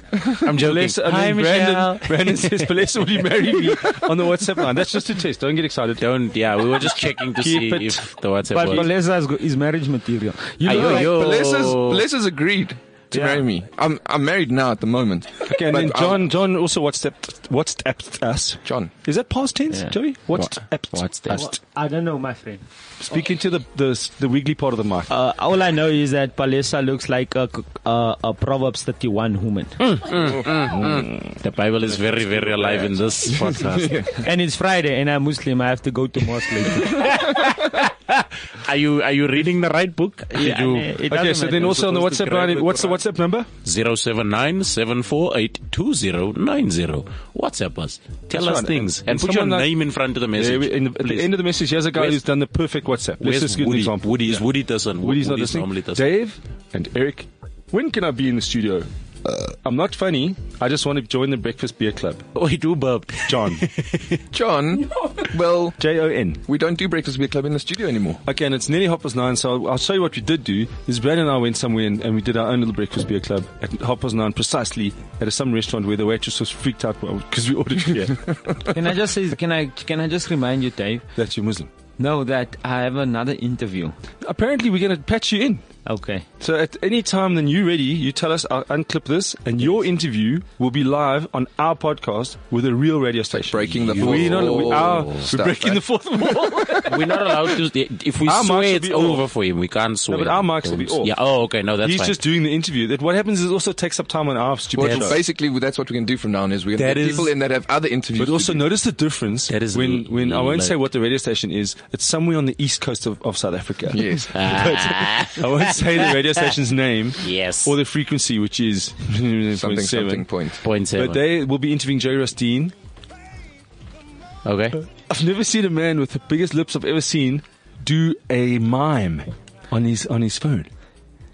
Speaker 8: I'm joking.
Speaker 3: Bless- I mean, Brandon, Brandon says, Bless, will you marry me on the WhatsApp line? That's just a test. Don't get excited.
Speaker 8: Don't. Yeah, we were just checking to
Speaker 3: Keep
Speaker 8: see
Speaker 3: it.
Speaker 8: if the WhatsApp
Speaker 4: but
Speaker 8: was.
Speaker 4: Baleza is, go- is marriage material. You
Speaker 8: Ayo,
Speaker 4: know, like,
Speaker 8: yo.
Speaker 9: Blesses, Blesses agreed to
Speaker 4: Yeah.
Speaker 9: marry me. I'm, I'm married now at the moment.
Speaker 3: Okay, and
Speaker 9: But
Speaker 3: then
Speaker 9: I'll-
Speaker 3: John, John also WhatsApped, WhatsApped us.
Speaker 9: John.
Speaker 3: Is that past tense,
Speaker 8: Yeah.
Speaker 3: Joey? WhatsApped.
Speaker 8: WhatsApp.
Speaker 4: I don't know, my friend.
Speaker 3: Speaking to the, the the wiggly part of the mic.
Speaker 4: Uh, all I know is that Palesa looks like a, a, a Proverbs 31 woman.
Speaker 8: The Bible is very, very alive in this podcast.
Speaker 4: and it's Friday, and I'm Muslim. I have to go to mosque later.
Speaker 8: Are you Are you reading the right book? Did you
Speaker 4: uh, it
Speaker 3: okay,
Speaker 4: doesn't
Speaker 3: so
Speaker 4: matter.
Speaker 3: then also on the
Speaker 8: supposed to
Speaker 3: WhatsApp
Speaker 8: grab
Speaker 3: line,
Speaker 8: it,
Speaker 3: what's the WhatsApp number?
Speaker 8: zero seven nine seven four eight two zero nine zero? WhatsApp us. Tell
Speaker 3: That's
Speaker 8: us
Speaker 3: right.
Speaker 8: things
Speaker 3: And
Speaker 8: and put your
Speaker 3: someone like-
Speaker 8: name in front of the
Speaker 3: Yeah,
Speaker 8: message.
Speaker 3: we- in the, at the
Speaker 8: please.
Speaker 3: end of the message, here's a guy
Speaker 8: Where's-
Speaker 3: where's done the perfect WhatsApp. Let's
Speaker 8: Where's
Speaker 3: just give an
Speaker 8: Woody?
Speaker 3: example.
Speaker 8: Woody is Woody doesn't.
Speaker 3: Woody's not
Speaker 8: Woody's
Speaker 3: listening.
Speaker 8: normally doesn't.
Speaker 3: Dave and Eric, when can I be in the studio?
Speaker 8: Uh,
Speaker 3: I'm not funny. I just want to join the Breakfast Beer Club.
Speaker 8: Wait, who Oh, burped?
Speaker 3: John.
Speaker 9: John, well,
Speaker 3: J O N.
Speaker 9: we don't do Breakfast Beer Club in the studio anymore.
Speaker 3: Okay, and it's nearly half past nine, so I'll, I'll show you what we did do. Is Brad and I went somewhere and, and we did our own little breakfast beer club at half past nine, precisely at some restaurant where the waitress was freaked out because we ordered beer.
Speaker 4: Can I just say? Can I? Can I just remind you, Dave?
Speaker 3: That's your Muslim.
Speaker 4: No, that I have another interview.
Speaker 3: Apparently, we're going to patch you in.
Speaker 4: Okay.
Speaker 3: So at any time then you're ready, you tell us, I'll unclip this, and your interview will be live on our podcast with a real radio station.
Speaker 9: Breaking the
Speaker 3: But We're, not,
Speaker 9: fourth
Speaker 3: we are,
Speaker 9: wall
Speaker 3: we're
Speaker 9: stuff,
Speaker 3: breaking
Speaker 9: eh?
Speaker 3: the fourth wall.
Speaker 8: We're not allowed to. If we
Speaker 3: Our mics
Speaker 8: swear,
Speaker 3: will
Speaker 8: it's
Speaker 3: be off.
Speaker 8: over for him. We can't swear.
Speaker 3: but our mics will be off.
Speaker 8: Yeah. Oh, okay. No, that's
Speaker 3: He's
Speaker 8: fine.
Speaker 3: just doing the interview. That what happens is also takes up time on our stupid
Speaker 9: Well,
Speaker 3: show.
Speaker 9: basically, that's what we're going to do from now on is we're going
Speaker 8: That
Speaker 9: to get
Speaker 8: is-
Speaker 9: people in that have other interviews.
Speaker 3: But
Speaker 9: to
Speaker 3: also
Speaker 9: do.
Speaker 3: notice the difference
Speaker 8: That is
Speaker 3: when
Speaker 8: l-
Speaker 3: when I won't
Speaker 8: like-
Speaker 3: say what the radio station is. It's somewhere on the east coast of, of South Africa.
Speaker 9: yes.
Speaker 8: Ah,
Speaker 3: I won't say the radio station's name
Speaker 8: yes.
Speaker 3: or the frequency, which is
Speaker 9: something, something point.
Speaker 8: Point seven.
Speaker 3: But they will be interviewing Joey Rustin.
Speaker 8: okay.
Speaker 3: I've never seen a man with the biggest lips I've ever seen do a mime on his on his phone.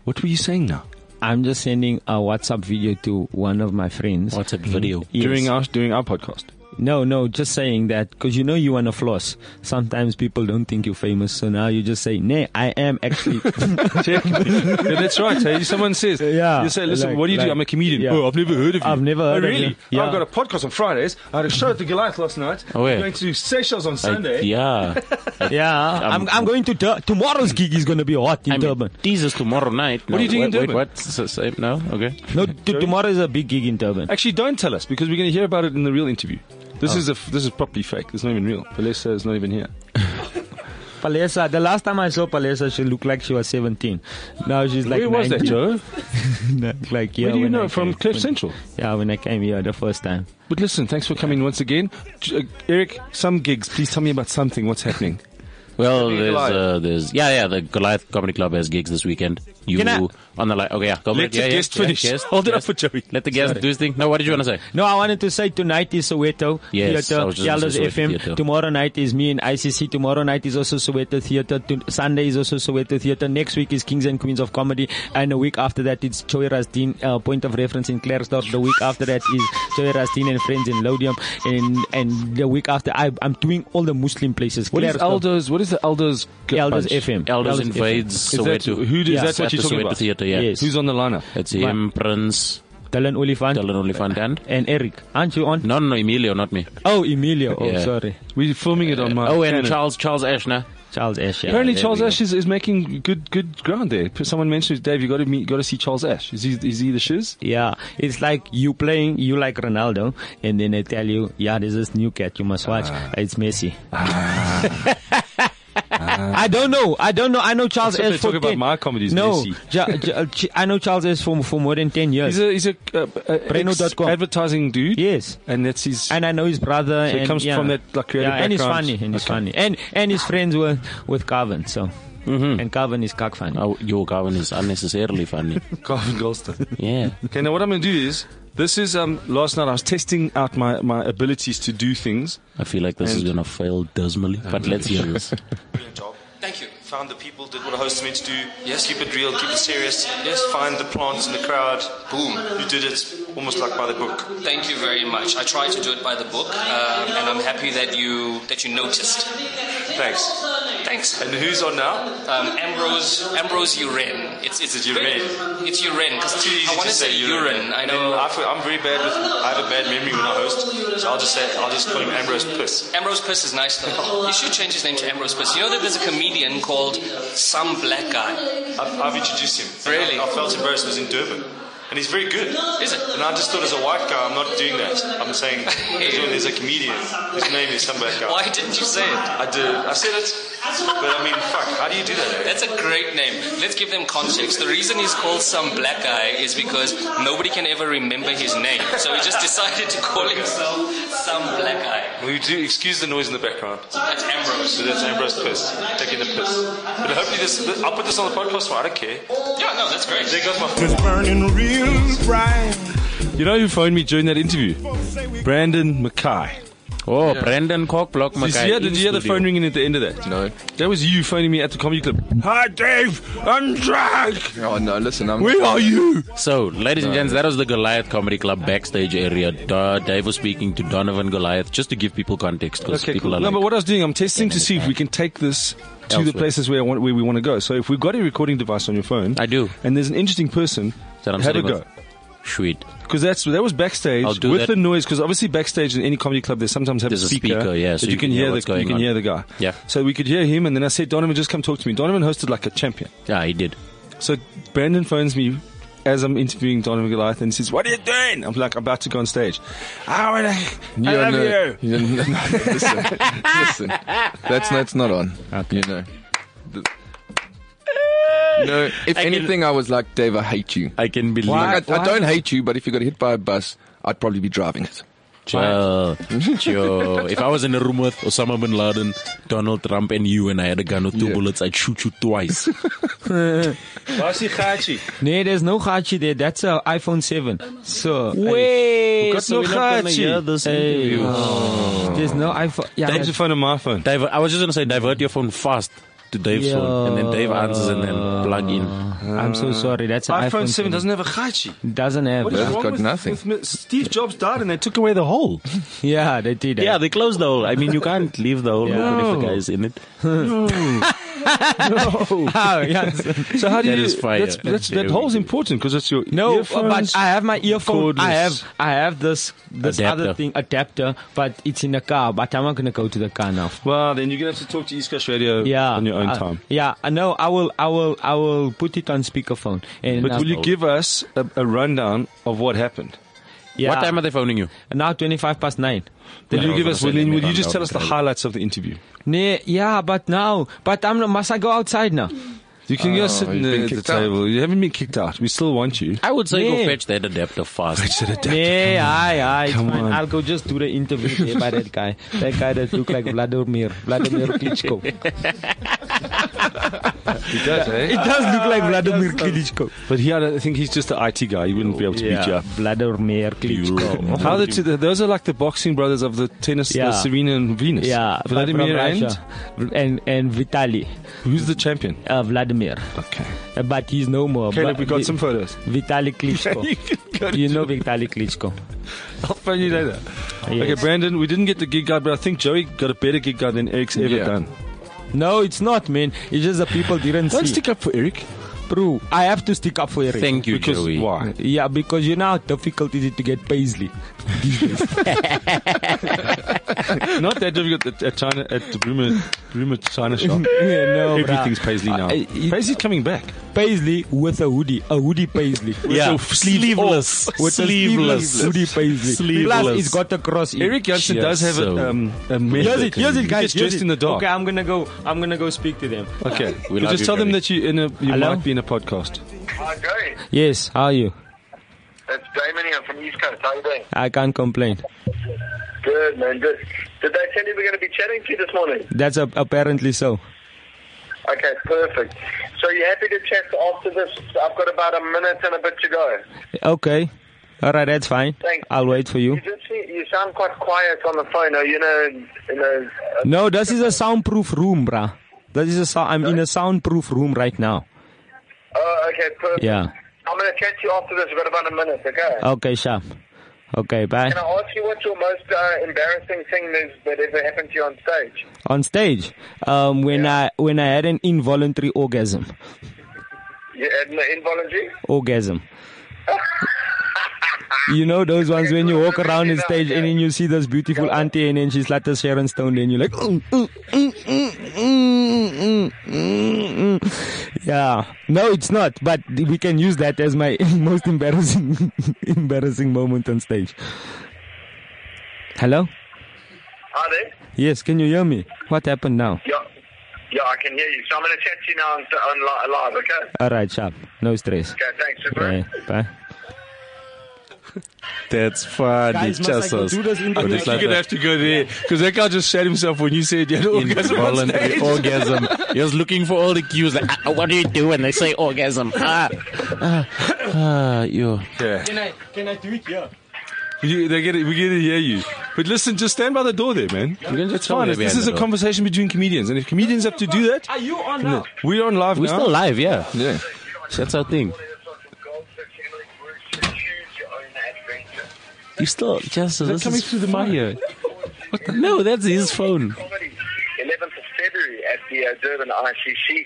Speaker 3: What were you saying now?
Speaker 4: I'm just sending a WhatsApp video to one of my friends.
Speaker 8: What's a video?
Speaker 4: Yes.
Speaker 3: During our during our podcast.
Speaker 4: No, no, just saying that because you know you want to floss. Sometimes people don't think you're famous, so now you just say, "Nay, I am actually."
Speaker 3: Check. yeah, that's right. Hey, someone says,
Speaker 4: Yeah,
Speaker 3: You say, listen,
Speaker 4: like-
Speaker 3: what do you
Speaker 4: like-
Speaker 3: do? I'm a comedian.
Speaker 4: yeah.
Speaker 3: Oh, I've never heard of you.
Speaker 4: I've never heard
Speaker 3: oh,
Speaker 4: of
Speaker 3: really?
Speaker 4: you. Yeah.
Speaker 3: I've got a podcast on Fridays. I had a show at the Goliath last night.
Speaker 8: Oh, yeah.
Speaker 3: I'm going to Seychelles on
Speaker 8: I-
Speaker 3: Sunday.
Speaker 8: yeah.
Speaker 4: yeah, I'm, I'm going to Dur- tomorrow's gig is gonna be hot in
Speaker 8: I mean,
Speaker 4: Durban.
Speaker 8: Jesus, tomorrow night.
Speaker 3: What are you doing in
Speaker 8: wait,
Speaker 3: Durban?
Speaker 8: Wait, what? So, so, no. Okay.
Speaker 4: No, t- tomorrow is a big gig in Durban.
Speaker 3: Actually, don't tell us because we're going to hear about it in the real interview.
Speaker 4: Oh.
Speaker 3: This is a f this is properly fake. It's not even real. Palesa is not even here.
Speaker 4: Palesa, the last time I saw Palesa, she looked like she was 17. Now she's like
Speaker 3: Where was that,
Speaker 4: 19.
Speaker 3: Joe?
Speaker 4: like yeah,
Speaker 3: Where do you
Speaker 4: when
Speaker 3: know
Speaker 4: I
Speaker 3: from
Speaker 4: came-
Speaker 3: Cliff
Speaker 4: when-
Speaker 3: Central?
Speaker 4: Yeah, when I came here the first time.
Speaker 3: But listen, thanks for coming once again, J- uh, Eric. Some gigs. Please tell me about something. What's happening?
Speaker 8: Well, there's,
Speaker 9: Goliath.
Speaker 8: uh, there's, yeah, yeah. The Goliath Comedy Club has gigs this weekend. You
Speaker 4: Can I-
Speaker 8: on the line? Okay, yeah. Go for
Speaker 3: Let
Speaker 8: it.
Speaker 3: the
Speaker 8: yeah, yeah,
Speaker 3: guest
Speaker 8: yeah,
Speaker 3: finish.
Speaker 8: guest,
Speaker 3: Hold it up
Speaker 8: guest.
Speaker 3: for Joey.
Speaker 8: Let the guest do his thing. No, what did you want to say?
Speaker 4: No, I wanted to say tonight is Soweto
Speaker 8: Yes, I
Speaker 4: Theatre,
Speaker 8: was just gonna
Speaker 4: Yellows
Speaker 8: say Soweto
Speaker 4: FM.
Speaker 8: Theatre.
Speaker 4: Tomorrow night is me and ICC. Tomorrow night is also Soweto Theatre. To- Sunday is also Soweto Theatre. Next week is Kings and Queens of Comedy. And a week after that, it's Joy Rasdin, uh, Point of Reference in Claresdorp. The week after that is Joy Rasdin and Friends in Lodium. And and the week after, I, I'm doing all the Muslim places.
Speaker 3: What is
Speaker 4: Claresdorp,
Speaker 3: Elders? What is the Elders? g-
Speaker 4: Elders
Speaker 3: bunch?
Speaker 4: FM.
Speaker 8: Elders
Speaker 4: FM.
Speaker 8: invades
Speaker 3: Is that-
Speaker 8: Soweto.
Speaker 3: who is
Speaker 8: Yeah.
Speaker 3: that what
Speaker 8: At
Speaker 3: you're
Speaker 8: the
Speaker 3: talking
Speaker 8: Soweto
Speaker 3: about?
Speaker 8: Theater, yeah.
Speaker 4: Yes.
Speaker 3: Who's on the lineup?
Speaker 8: It's him, Prince,
Speaker 4: Dylan Olifant
Speaker 8: Dylan Olifant, and
Speaker 4: and Eric. Aren't you on?
Speaker 8: no, no, Emilio, not me.
Speaker 4: Oh, Emilio. Oh,
Speaker 8: Yeah.
Speaker 4: sorry.
Speaker 3: We're filming it on my.
Speaker 8: oh, and
Speaker 3: Canon.
Speaker 8: Charles, Charles Ashner.
Speaker 4: Charles Ash. Yeah.
Speaker 3: Apparently,
Speaker 8: there
Speaker 3: Charles
Speaker 8: we go.
Speaker 3: Ash is, is making good good ground there. Someone mentioned Dave. You got to meet, got to see Charles Ash. Is he is he the shiz?
Speaker 4: Yeah, it's like you playing, you like Ronaldo, and then they tell you, yeah, there's this new cat you must watch.
Speaker 3: Ah.
Speaker 4: it's Messi. I don't know. I don't know. I know Charles
Speaker 3: Except
Speaker 4: S.
Speaker 3: they
Speaker 4: for
Speaker 3: talk about
Speaker 4: 10
Speaker 3: my comedies,
Speaker 4: No,
Speaker 3: Messi.
Speaker 4: Ja- Ja- Ch- I know Charles S. for for more than ten years.
Speaker 3: He's a he's a, uh, uh,
Speaker 4: Breno.com.
Speaker 3: advertising dude.
Speaker 4: yes,
Speaker 3: and that's his.
Speaker 4: and I know his brother.
Speaker 3: So he
Speaker 4: and,
Speaker 3: comes
Speaker 4: yeah.
Speaker 3: from that, like, creative
Speaker 4: yeah, and he's
Speaker 3: background.
Speaker 4: funny, and he's
Speaker 3: Okay.
Speaker 4: funny, and and he's friends with with Carvin. So,
Speaker 3: Mm-hmm.
Speaker 4: and Carvin is cock funny.
Speaker 8: Oh, your Gavin is unnecessarily funny.
Speaker 3: Garvin Goldstein.
Speaker 8: Yeah.
Speaker 3: Okay, now what I'm going to do is this is um last night I was testing out my my abilities to do things.
Speaker 8: I feel like this is going to fail dismally,
Speaker 3: Uh,
Speaker 8: but let's hear this.
Speaker 1: Brilliant job. Thank you. Found the people, did what a host is meant to do. Yes. Keep it real, keep it serious. Yes. Find the plants in the crowd. Boom. You did it almost like by the book. Thank you very much. I tried to do it by the book, um, and I'm happy that you that you noticed. Thanks. Thanks. And who's on now? Um, Ambrose Ambrose Uren. It's it's is it Uren. It's Uren. It's too easy I want to say Uren. I know. I am very bad with. I have a bad memory when I host, so I'll just say I'll just call him Ambrose Piss. Ambrose Piss is nice though. You should change his name to Ambrose Piss. You know that there's a comedian called some black guy. I've, I've introduced him. Really? I, felt embarrassed. It was in Durban. And he's very good. Is it? And I just thought as a white guy, I'm not doing that. I'm saying there's a comedian. His name is some black guy. Why didn't you say it? I did. I said it. But I mean, fuck, how do you do that? eh? That's a great name. Let's give them context. The reason he's called some black guy is because nobody can ever remember his name. So he just decided to call himself some black guy. We do excuse the noise in the background. That's Ambrose. So that's Ambrose pissed. Taking the piss. But hopefully this I'll put this on the podcast I don't care. Yeah, no, that's great. There goes my
Speaker 3: You know who phoned me during that interview? Brandon Mackay.
Speaker 8: Oh, Brandon Cockblock, my
Speaker 3: Did you
Speaker 8: guy.
Speaker 3: hear,
Speaker 8: in
Speaker 3: did you hear the
Speaker 8: studio.
Speaker 3: phone ringing at the end of that?
Speaker 9: No.
Speaker 3: That was you phoning me at the comedy club. Hi, Dave. I'm drunk.
Speaker 9: Oh, no, listen, I'm.
Speaker 3: Where are you?
Speaker 8: So, ladies and gents, that was the Goliath Comedy Club backstage area. Da- Dave was speaking to Donovan Goliath, just to give people context, because
Speaker 3: Okay,
Speaker 8: people
Speaker 3: cool.
Speaker 8: are
Speaker 3: No,
Speaker 8: like,
Speaker 3: but what I was doing, I'm testing to see if we can take this to
Speaker 8: Elsewhere.
Speaker 3: the places where I want, where we want to go. So if we've got a recording device on your phone,
Speaker 8: I do.
Speaker 3: and there's an interesting person,
Speaker 8: That I'm
Speaker 3: have a
Speaker 8: sitting
Speaker 3: go.
Speaker 8: with. Sweet.
Speaker 3: Because that's that was backstage
Speaker 8: I'll do
Speaker 3: with
Speaker 8: that.
Speaker 3: the noise. Because obviously backstage in any comedy club, they sometimes have
Speaker 8: There's
Speaker 3: a
Speaker 8: a
Speaker 3: speaker.
Speaker 8: speaker, yeah, so
Speaker 3: that you, can hear,
Speaker 8: what's
Speaker 3: the you
Speaker 8: going
Speaker 3: can
Speaker 8: on.
Speaker 3: hear the guy.
Speaker 8: Yeah.
Speaker 3: So we could hear him, and then I said, Donovan, just come talk to me. Donovan hosted like a champion.
Speaker 8: Yeah, he did.
Speaker 3: So Brandon phones me as I'm interviewing Donovan Goliath and he says, What are you doing? I'm like, about to go on stage. Ah, I want to. I love you.
Speaker 9: you know, listen, listen. That's that's not on. You know. The- No, if anything, I was like, Dave, I hate you.
Speaker 8: I can believe
Speaker 9: Like,
Speaker 8: it.
Speaker 9: I, I don't hate you, but if you got hit by a bus, I'd probably be driving it.
Speaker 8: Joe, Uh, Joe. If I was in a room with Osama bin Laden, Donald Trump, and you, and I had a gun with two
Speaker 9: Yeah.
Speaker 8: bullets, I'd shoot you twice.
Speaker 3: Basi Gachi.
Speaker 4: Nee, there's no Hachi there. That's an iPhone 7. So.
Speaker 8: Wait,
Speaker 4: it's no Hachi. Hey. Oh. There's no iPhone. Yeah,
Speaker 3: Dave's phone on my phone.
Speaker 8: Diver- I was just gonna say, divert your phone fast to Dave's
Speaker 4: Yeah.
Speaker 8: phone, and then Dave answers, and then plug in.
Speaker 4: Ah. I'm so sorry. That's an
Speaker 3: iPhone,
Speaker 4: iPhone,
Speaker 3: 7 doesn't have a Gachi.
Speaker 4: doesn't have.
Speaker 3: What is
Speaker 4: it.
Speaker 9: That's
Speaker 3: wrong
Speaker 9: got
Speaker 3: with,
Speaker 9: nothing.
Speaker 3: with Mi- Steve Jobs died and they took away the hole.
Speaker 4: Yeah, they did. eh?
Speaker 8: Yeah, they closed the hole. I mean, you can't leave the hole
Speaker 4: Yeah.
Speaker 8: open if the guy is in it.
Speaker 4: Oh, yeah.
Speaker 3: So how do
Speaker 8: That
Speaker 3: you?
Speaker 8: is fire.
Speaker 3: That's, that's, that
Speaker 8: Very
Speaker 3: hole's
Speaker 8: good.
Speaker 3: important because it's your
Speaker 4: No,
Speaker 3: earphones.
Speaker 4: but I have my earphone. I
Speaker 3: cordless.
Speaker 4: have I have this this other
Speaker 8: Adapter.
Speaker 4: thing adapter, but it's in the car. But I'm not gonna go to the car now.
Speaker 3: well, then you're gonna have to talk to East Coast Radio
Speaker 4: Yeah,
Speaker 3: on your own
Speaker 4: uh,
Speaker 3: time.
Speaker 4: Yeah, I know. I will. I will. I will put it on speakerphone. And
Speaker 3: But
Speaker 4: uh,
Speaker 3: will you give us a, a rundown of what happened?
Speaker 4: Yeah,
Speaker 8: What time are they phoning you?
Speaker 4: now twenty five past nine.
Speaker 3: Will
Speaker 8: Yeah, I
Speaker 3: you
Speaker 8: was
Speaker 3: give
Speaker 8: gonna
Speaker 3: us?
Speaker 8: say,
Speaker 3: Will,
Speaker 8: let
Speaker 3: you-
Speaker 8: me
Speaker 3: will you
Speaker 8: run
Speaker 3: just
Speaker 8: down
Speaker 3: tell us
Speaker 8: the
Speaker 3: the
Speaker 8: table.
Speaker 3: highlights of the interview?
Speaker 4: Nee, yeah, but now, but I'm. Must I go outside now?
Speaker 3: You can go sit in
Speaker 9: you've been
Speaker 3: the, the
Speaker 9: kicked out.
Speaker 3: table. You haven't been kicked out. We still want you.
Speaker 8: I would say
Speaker 4: Yeah.
Speaker 8: go fetch that adapter fast.
Speaker 4: Nee, aye, aye. It's
Speaker 3: Come
Speaker 4: fine.
Speaker 3: on.
Speaker 4: I'll go just do the interview there by that guy. That guy that looked like Vladimir. Vladimir Klitschko. it
Speaker 3: He does, eh?
Speaker 4: does look like Vladimir Klitschko.
Speaker 3: But he, had a- I think he's just the IT guy. He wouldn't be able to beat you up.
Speaker 4: Vladimir Klitschko.
Speaker 3: How the two, those are like the boxing brothers of the tennis,
Speaker 4: Yeah.
Speaker 3: the Serena and Venus.
Speaker 4: Yeah,
Speaker 3: Vladimir
Speaker 4: from
Speaker 3: and
Speaker 4: Russia. and and Vitali,
Speaker 3: who's the champion?
Speaker 4: uh, Vladimir,
Speaker 3: Okay,
Speaker 4: Uh, but he's no more.
Speaker 3: Caleb,
Speaker 4: But
Speaker 3: we got
Speaker 4: Vi-
Speaker 3: some photos.
Speaker 4: Vitali Klitschko. you know Vitali Klitschko.
Speaker 3: I'll phone you later. Okay,
Speaker 4: Yes.
Speaker 3: Brandon, we didn't get the gig guide, but I think Joey got a better gig guide than Eric's ever
Speaker 9: Yeah.
Speaker 3: done.
Speaker 4: No, it's not, man. It's just the people didn't
Speaker 3: Don't
Speaker 4: see.
Speaker 3: stick up for Eric.
Speaker 4: True. I have to stick up for Eric.
Speaker 8: Thank you,
Speaker 3: Because
Speaker 8: Joey.
Speaker 3: why?
Speaker 4: yeah, because you know how difficult is it to get Paisley.
Speaker 3: Not that difficult at, at China at the Bruma Bruma China shop.
Speaker 4: Yeah, no, bruh.
Speaker 3: Everything's Paisley now.
Speaker 4: I- it-
Speaker 3: Paisley's coming back.
Speaker 4: Paisley with a hoodie, a hoodie Paisley.
Speaker 8: Yeah, sleeveless,
Speaker 4: With a
Speaker 8: sleeveless.
Speaker 4: hoodie Paisley. Plus,
Speaker 8: Sleeveless.
Speaker 4: it's got a cross. in.
Speaker 3: Eric Johnson
Speaker 8: Yes,
Speaker 3: does have
Speaker 8: so-
Speaker 3: a, um, a method.
Speaker 4: Here's it, here's
Speaker 3: He
Speaker 4: it, guys.
Speaker 3: gets
Speaker 4: here's
Speaker 3: dressed
Speaker 4: it.
Speaker 3: in the dark.
Speaker 4: Okay, I'm gonna go. I'm gonna go speak to them.
Speaker 3: Okay,
Speaker 8: We
Speaker 3: But
Speaker 8: love
Speaker 3: just
Speaker 8: you,
Speaker 3: tell them
Speaker 8: Joey.
Speaker 3: that you in a you
Speaker 4: Hello?
Speaker 3: might be in a podcast.
Speaker 10: Hi, Joey.
Speaker 4: Yes, how are you?
Speaker 10: It's Damon here from East Coast. How you doing?
Speaker 4: I can't complain.
Speaker 10: Good, man. Good. Did they tell you we're going to be chatting to you this morning?
Speaker 4: That's a, apparently so.
Speaker 10: Okay, perfect. So you happy to chat after this? I've got about a minute and a bit to go.
Speaker 4: Okay. All right, that's fine.
Speaker 10: Thanks.
Speaker 4: I'll wait for you.
Speaker 10: You just see, you sound quite quiet on the phone. Or, you know, you know. uh,
Speaker 4: No, this is a soundproof room, bruh. This is a sou- I'm in a soundproof room right now.
Speaker 10: Oh, okay, perfect.
Speaker 4: Yeah.
Speaker 10: I'm going to chat to you after this. We've got about a minute. Okay.
Speaker 4: Okay, sharp. Okay, bye.
Speaker 10: Can I ask you what your most uh, embarrassing thing is that ever happened to you on stage?
Speaker 4: On stage, um, when I when I had an involuntary orgasm,
Speaker 10: You had an involuntary?
Speaker 4: orgasm. You know those ones when you walk around on stage and then you see this beautiful auntie and then she's like the Sharon Stone and you're like, "Mm, mm, mm, mm, mm, mm, mm, mm." yeah. No, it's not. But we can use that as my most embarrassing, embarrassing moment on stage. Hello.
Speaker 10: Hi there.
Speaker 4: Yes, can you hear me? What happened now?
Speaker 10: Yeah. Yeah, I can hear you. So I'm going to chat to you now on, on li- live. Okay.
Speaker 4: All right, sharp. No stress.
Speaker 10: Okay. Thanks. Super.
Speaker 4: Okay, bye.
Speaker 8: That's funny,
Speaker 4: Guys, must I go
Speaker 8: Jesus.
Speaker 4: do this in the
Speaker 8: But it's
Speaker 4: night?
Speaker 8: like
Speaker 3: You're
Speaker 8: a-
Speaker 3: gonna have to go there because that guy just shat himself when you said you had an orgasm on
Speaker 8: involuntary
Speaker 3: stage.
Speaker 8: orgasm. He was looking for all the cues. Like, "Ah, what do you do when they say orgasm? Ah, ah, ah you.
Speaker 4: Can I can I do it here?
Speaker 3: You, they get it, we get to hear you. But listen, just stand by the door there, man.
Speaker 8: can just
Speaker 3: It's
Speaker 8: tell
Speaker 3: fine.
Speaker 8: me
Speaker 3: This
Speaker 8: behind
Speaker 3: is
Speaker 8: the
Speaker 3: a
Speaker 8: door.
Speaker 3: conversation between comedians, and if comedians have to do that,
Speaker 4: Are you on now?
Speaker 3: we're on live
Speaker 8: We're
Speaker 3: now.
Speaker 8: still live, yeah.
Speaker 9: Yeah.
Speaker 8: That's our thing. You still just
Speaker 3: Is that
Speaker 8: this
Speaker 3: coming
Speaker 8: is
Speaker 3: through the mic here?
Speaker 8: no, that's his phone.
Speaker 10: 11th of February at the uh, Durban ICC.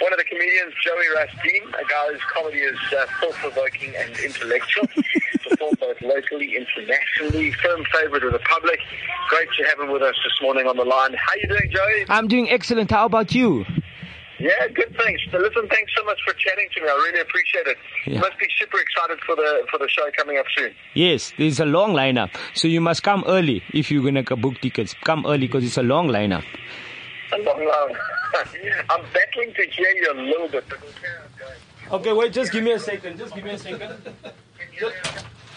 Speaker 10: One of the comedians, Joey Rasteen, a guy whose comedy is uh, thought-provoking and intellectual, performed both locally, internationally, firm favourite with the public. Great to have him with us this morning on the line. How you doing, Joey?
Speaker 4: I'm doing excellent. How about you?
Speaker 10: Yeah, good. Thanks. So listen, thanks so much for chatting to me. I really appreciate it.
Speaker 4: Yeah.
Speaker 10: Must be super excited for the for the show coming up soon.
Speaker 4: Yes, there's a long lineup. So you must come early if you're going to book tickets. Come early because it's a long lineup.
Speaker 10: A long, long. I'm battling to hear you a little bit. But
Speaker 4: Okay, wait, just give me a second. Just give me a second.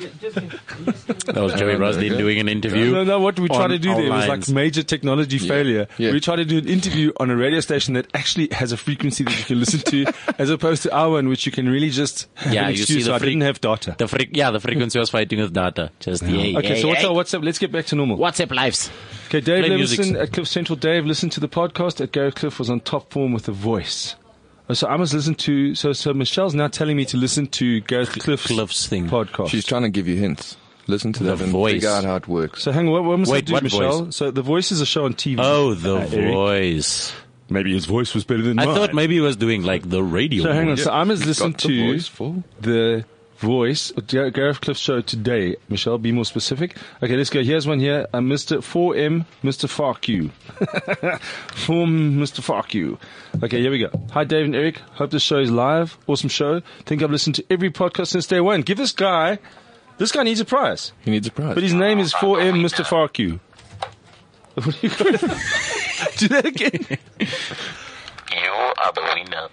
Speaker 8: That was
Speaker 3: No,
Speaker 8: Joey
Speaker 3: no,
Speaker 8: Roslin
Speaker 3: okay.
Speaker 8: doing an interview.
Speaker 3: No, no, what we tried
Speaker 8: on
Speaker 3: to do there was
Speaker 8: our
Speaker 3: like
Speaker 8: lines.
Speaker 3: major technology failure. We tried to do an interview on a radio station that actually has a frequency that you can listen to, as opposed to our one, which you can really just have
Speaker 8: Yeah,
Speaker 3: an
Speaker 8: you
Speaker 3: excuse.
Speaker 8: see the
Speaker 3: so I
Speaker 8: freak-
Speaker 3: didn't have data.
Speaker 8: The freak, yeah, the frequency was fighting with data. Just yay.
Speaker 3: okay, so what's our WhatsApp? Let's get back to normal.
Speaker 8: WhatsApp lives?
Speaker 3: Okay, Dave
Speaker 8: Play music.
Speaker 3: Levinson at Cliff Central. Dave, listen to the podcast at Gary Cliff was on top form with a voice. Oh, So I must listen to. So so Michelle's now telling me to listen to Gareth Cliff's, Cliff's thing podcast.
Speaker 9: She's trying to give you hints. Listen to
Speaker 3: The
Speaker 9: that and
Speaker 3: voice.
Speaker 9: figure out how it works.
Speaker 3: So hang on, what, what must I
Speaker 9: Wait,
Speaker 3: do,
Speaker 9: what
Speaker 3: Michelle?
Speaker 9: voice?
Speaker 3: So the voice is a show on TV.
Speaker 8: Oh, the
Speaker 3: Uh, Eric.
Speaker 8: voice.
Speaker 3: Maybe his voice was better than
Speaker 8: I
Speaker 3: mine.
Speaker 8: thought maybe he was doing like the radio.
Speaker 3: So hang on.
Speaker 8: voice.
Speaker 3: So I must listen
Speaker 8: Got the
Speaker 3: to
Speaker 8: voice for-
Speaker 3: the voice of Gar- Gareth Cliff's show today. Michelle, be more specific. Okay, let's go. Here's one here. Uh, Mr. 4M, Mr. Fuck you. 4M, Mr. Fuck you. Okay, here we go. Hi, Dave and Eric. Hope this show is live. Awesome show. Think I've listened to every podcast since day one. Give this guy, this guy needs a prize.
Speaker 9: He needs a prize.
Speaker 3: But his name is 4M, Mr. Fuck you. What do you got? Do that again.
Speaker 11: You are the winner.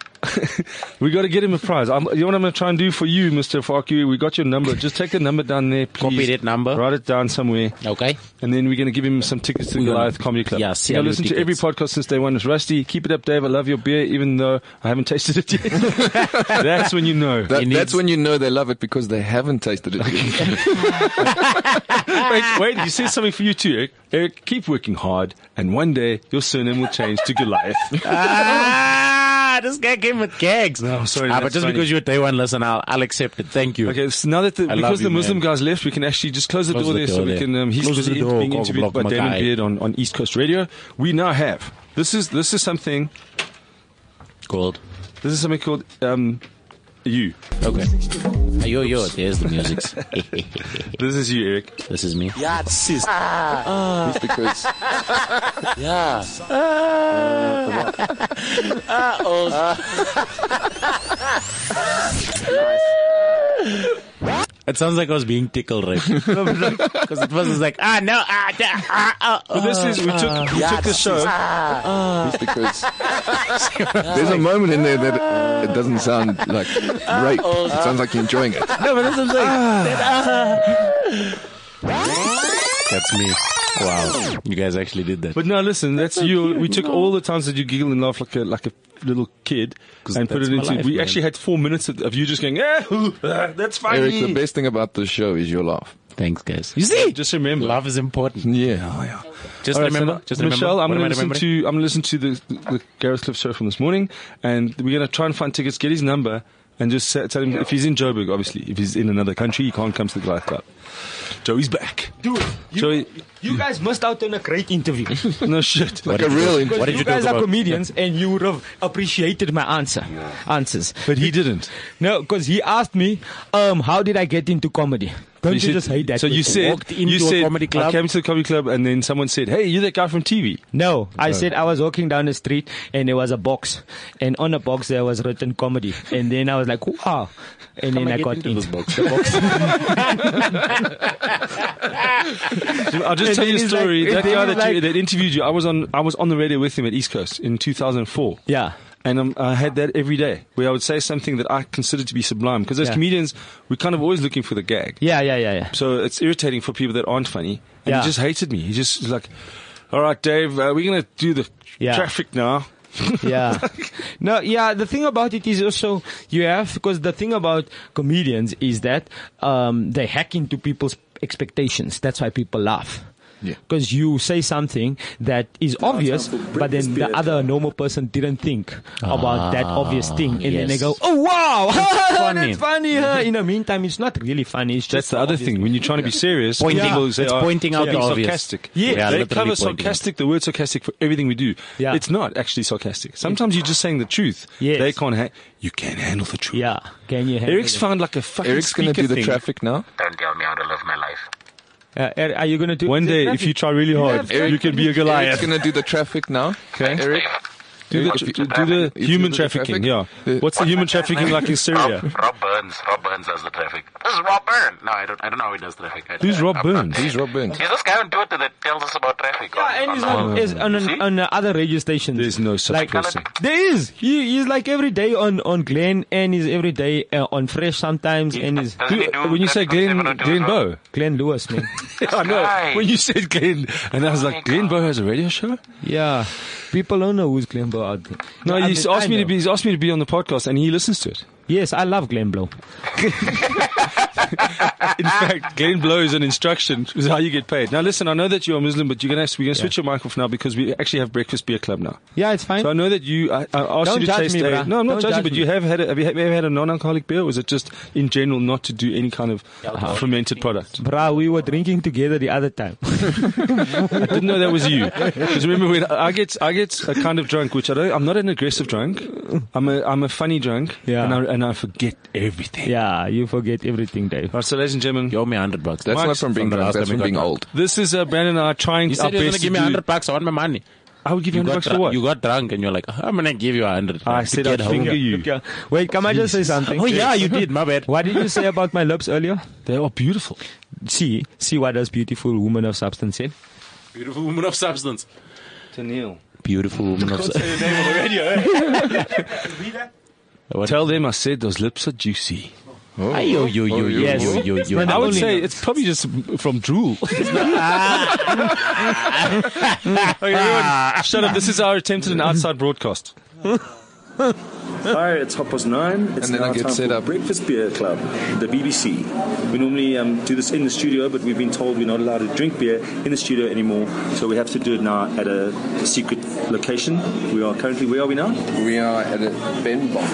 Speaker 3: We got to get him a prize. I'm, you know what I'm going to try and do for you, Mr. Farku? We got your number. Just take the number down there, please. Copy that number. Write it down somewhere.
Speaker 8: Okay.
Speaker 3: And then we're going to give him some tickets to the Goliath Comedy Club.
Speaker 8: yeah,
Speaker 3: You know,
Speaker 8: CLU
Speaker 3: listen to every podcast since day one. It's Rusty. Keep it up, Dave. I love your beer, even though I haven't tasted it yet. that's when you know.
Speaker 9: That- that's when you know they love it because they haven't tasted it. yet.
Speaker 3: wait, wait, you said something for you too, Eric. Eric, keep working hard, and one day your surname will change to Goliath.
Speaker 8: ah, this guy came with gags.
Speaker 3: No, I'm Oh, sorry.
Speaker 8: Ah, but
Speaker 3: that's
Speaker 8: just
Speaker 3: funny.
Speaker 8: because you're a day one listener, I'll, I'll accept it. Thank you.
Speaker 3: Okay, so now that the,
Speaker 8: I love
Speaker 3: because
Speaker 8: you,
Speaker 3: the Muslim
Speaker 8: man.
Speaker 3: guys left, we can actually just close the
Speaker 8: Close
Speaker 3: door
Speaker 8: the
Speaker 3: there,
Speaker 8: door
Speaker 3: so we
Speaker 8: there.
Speaker 3: can. Um, he's
Speaker 8: Close the
Speaker 3: busy
Speaker 8: door,
Speaker 3: being
Speaker 8: cock
Speaker 3: interviewed by
Speaker 8: block my
Speaker 3: Damon
Speaker 8: guy.
Speaker 3: Beard on, on East Coast Radio. We now have this is this is something
Speaker 8: called
Speaker 3: this is something called um, you.
Speaker 8: Okay. Yo, yo, there's the music. this
Speaker 3: is you, Eric.
Speaker 8: This is me.
Speaker 11: Yeah, this is.
Speaker 8: Ah.
Speaker 11: Ah.
Speaker 9: It's because
Speaker 11: Yeah.
Speaker 8: Uh,
Speaker 11: Ah, oh.
Speaker 8: It sounds like I was being tickled, right? Because it was just like, ah, no, ah, da, ah, ah.
Speaker 11: But this
Speaker 8: ah,
Speaker 11: is- we took-
Speaker 8: ah.
Speaker 11: we took the show-
Speaker 8: Ah,
Speaker 9: It's because there's a moment in there that uh, it doesn't sound like rape. It sounds like you're enjoying it.
Speaker 8: No, but that's what I'm saying. That's me. Wow. You guys actually did that.
Speaker 3: But no, listen, that's, you. We took all the times that you giggle and laugh like a like a little kid, and put
Speaker 9: that's
Speaker 3: it
Speaker 9: my
Speaker 3: into.
Speaker 9: life,
Speaker 3: we
Speaker 9: man.
Speaker 3: actually had four minutes of, of you just going, eh, ooh, ah, that's funny.
Speaker 9: Eric, the best thing about this show is your laugh.
Speaker 8: Thanks, guys. You see?
Speaker 3: Just remember.
Speaker 8: Love is important.
Speaker 9: Yeah. Oh, yeah.
Speaker 8: Just
Speaker 3: All right, so
Speaker 8: remember.
Speaker 3: now-
Speaker 8: just remember.
Speaker 3: Michelle, I'm
Speaker 8: What am
Speaker 3: going
Speaker 8: I
Speaker 3: to listen
Speaker 8: remembering?
Speaker 3: to I'm going to listen to the, the Gareth Cliff show from this morning, and we're going to try and find tickets, get his number, and just sa- tell him if he's in Joburg, obviously, if he's in another country, he can't come to the Goliath Club. Joey's back.
Speaker 4: Dude, you,
Speaker 3: Joey,
Speaker 4: you guys missed out on a great interview.
Speaker 3: no shit.
Speaker 9: Like a real interview.
Speaker 4: What did you, guys are comedians and you would have appreciated my answer answers.
Speaker 3: But he didn't.
Speaker 4: No, because he asked me, um, how did I get into comedy? Don't you,
Speaker 3: said-
Speaker 4: just hate that?
Speaker 3: So you
Speaker 4: question?
Speaker 3: said you said I came to the comedy club, and then someone said, "Hey, you're that guy from TV."
Speaker 4: No, I
Speaker 3: No.
Speaker 4: said I was walking down the street and there was a box, and on the box there was written comedy, and then I was like, wow, and
Speaker 8: Come
Speaker 4: then
Speaker 8: and
Speaker 4: I
Speaker 8: get
Speaker 4: got
Speaker 8: into
Speaker 4: into,
Speaker 8: this box.
Speaker 4: the box.
Speaker 3: I'll just
Speaker 4: And
Speaker 3: tell you a
Speaker 4: then he's
Speaker 3: story.
Speaker 4: like-
Speaker 3: that
Speaker 4: and
Speaker 3: guy
Speaker 4: then
Speaker 3: that, you,
Speaker 4: he's like-
Speaker 3: that interviewed you, I was on I was on the radio with him at East Coast in 2004.
Speaker 4: Yeah.
Speaker 3: And um, I had that every day, where I would say something that I considered to be sublime. Because as
Speaker 4: Yeah.
Speaker 3: comedians, we're kind of always looking for the gag.
Speaker 4: yeah, yeah, yeah, yeah.
Speaker 3: So it's irritating for people that aren't funny. And
Speaker 4: Yeah.
Speaker 3: he just hated me. He just was like, all right, Dave, uh, we're going to do the
Speaker 4: Yeah.
Speaker 3: traffic now.
Speaker 4: yeah. No, yeah, the thing about it is also you have, because the thing about comedians is that um, they hack into people's expectations. That's why people laugh. Because you say something that is obvious, but then the other normal person didn't think about that
Speaker 8: Ah,
Speaker 4: obvious thing. And then they
Speaker 8: yes.
Speaker 4: go, oh, wow, that's funny.
Speaker 8: funny.
Speaker 4: huh?" In the meantime, it's not really funny. It's
Speaker 3: That's
Speaker 4: just
Speaker 3: the other
Speaker 4: obvious
Speaker 3: thing. When you're trying to be serious,
Speaker 4: Pointing-
Speaker 3: people say,
Speaker 4: it's
Speaker 3: "Oh,
Speaker 4: pointing out
Speaker 3: being
Speaker 4: the obvious."
Speaker 3: sarcastic.
Speaker 4: Yeah. Yeah,
Speaker 3: they
Speaker 4: literally
Speaker 3: cover
Speaker 4: pointing out.
Speaker 3: sarcastic, the word sarcastic for everything we do.
Speaker 4: Yeah.
Speaker 3: It's not actually sarcastic. Sometimes you're just saying the truth.
Speaker 4: Yes.
Speaker 3: They can't ha- you can't handle the truth.
Speaker 4: Yeah. Can you handle
Speaker 3: Eric's
Speaker 4: it?
Speaker 3: found like a fucking
Speaker 9: Eric's gonna
Speaker 3: speaker
Speaker 9: do the
Speaker 3: thing.
Speaker 9: traffic now.
Speaker 11: Don't tell me how to live my life.
Speaker 4: Uh, Eric, are you going to do
Speaker 3: One
Speaker 4: is it
Speaker 3: day, if
Speaker 4: traffic?
Speaker 3: you try really hard,
Speaker 4: have-
Speaker 3: you can be a
Speaker 9: Eric's
Speaker 3: Goliath.
Speaker 9: gonna do the traffic now. Okay. Eric,
Speaker 12: Do the, do, the human trafficking, yeah. What's the human trafficking like in Syria?
Speaker 1: Rob, Rob Burns. Rob Burns does the traffic. This is Rob Burns. No, I don't. I don't know how he does the traffic. I-
Speaker 12: Who's Rob Burns?
Speaker 9: He's Rob Burns.
Speaker 1: He's this guy on Twitter that tells us about traffic. Yeah,
Speaker 4: and he's
Speaker 12: Oh,
Speaker 4: on, is on,
Speaker 12: Hmm?
Speaker 4: an, on uh, other radio stations. There's
Speaker 12: no such
Speaker 4: like,
Speaker 12: person.
Speaker 4: There is. He, he's like every day on, on Glenn and he's every day uh, on Fresh sometimes. and he's,
Speaker 12: doesn't he do When you say Glenn- Glenn Bow?
Speaker 4: Glenn Lewis, man.
Speaker 12: I know. When you said Glenn, and I was
Speaker 9: Oh
Speaker 12: like, Glenn Bow has a radio show?
Speaker 4: Yeah. People don't know who's Glenn Bow out there.
Speaker 12: No,
Speaker 4: I
Speaker 12: he's
Speaker 4: mean, I
Speaker 12: asked me to
Speaker 4: know.
Speaker 12: be. He's asked me to be on the podcast, and he listens to it.
Speaker 4: Yes, I love Glenn Blow.
Speaker 12: In fact, Glenn Blow is an instruction is how you get paid. Now, listen, I know that you're a Muslim, but you're gonna have to, we're gonna switch your mic off now because we actually have breakfast beer club now.
Speaker 4: Yeah, it's fine.
Speaker 12: So I know that you. I, I asked
Speaker 4: Don't
Speaker 12: you to
Speaker 4: judge
Speaker 12: taste
Speaker 4: me,
Speaker 12: a-
Speaker 4: bruh.
Speaker 12: No, I'm not
Speaker 4: Don't
Speaker 12: judging,
Speaker 4: judge
Speaker 12: but
Speaker 4: me.
Speaker 12: you have had. A, have you ever had a non-alcoholic beer, or is it just in general not to do any kind of fermented product?
Speaker 4: Bruh, we were drinking together the other time.
Speaker 12: I didn't know that was you. Because remember, when I get I get a kind of drunk, which I don't. I'm not an aggressive drunk. I'm a I'm a funny drunk. Yeah. And I, and I forget everything.
Speaker 4: Yeah, you forget everything, Dave.
Speaker 12: All right, so ladies and gentlemen, you
Speaker 8: owe me hundred bucks.
Speaker 9: That's
Speaker 12: Mike's-
Speaker 9: not from being drunk. That's from being old.
Speaker 12: This is uh, Brandon and I trying
Speaker 8: You
Speaker 12: our
Speaker 8: said you were
Speaker 12: best
Speaker 8: gonna give
Speaker 12: to
Speaker 8: me
Speaker 12: do-
Speaker 8: hundred bucks. I want my money.
Speaker 12: I would give you
Speaker 8: got
Speaker 12: 100 bucks for
Speaker 8: drunk-
Speaker 12: what?
Speaker 8: You got drunk and you're like, I'm gonna give you a hundred.
Speaker 12: I
Speaker 8: bucks to
Speaker 12: said I'd
Speaker 8: get home."
Speaker 12: finger you.
Speaker 4: Yeah. Wait, can I just say something?
Speaker 8: Oh, yeah, you did. My bad.
Speaker 4: What did you say about my lips earlier?
Speaker 12: They are beautiful.
Speaker 4: See, see what does beautiful woman of substance said?
Speaker 8: Beautiful woman of substance.
Speaker 12: Tennille.
Speaker 8: Beautiful woman of substance.
Speaker 12: Tell them I said those lips are juicy.
Speaker 8: Oh, yo, yo, yo, yo,
Speaker 4: Yes.
Speaker 8: yo, yo, yo.
Speaker 12: I would
Speaker 4: only-
Speaker 12: say it's probably just from drool. okay, everyone, shut up. This is our attempt at an outside broadcast.
Speaker 3: Hi, it's half past nine. It's
Speaker 9: And then
Speaker 3: now
Speaker 9: I get
Speaker 3: time
Speaker 9: set
Speaker 3: for
Speaker 9: up.
Speaker 3: Breakfast Beer Club, the BBC. We normally um, do this in the studio, but we've been told we're not allowed to drink beer in the studio anymore, so we have to do it now at a secret location. We are currently, where are we now?
Speaker 9: We are at a Ben Bar.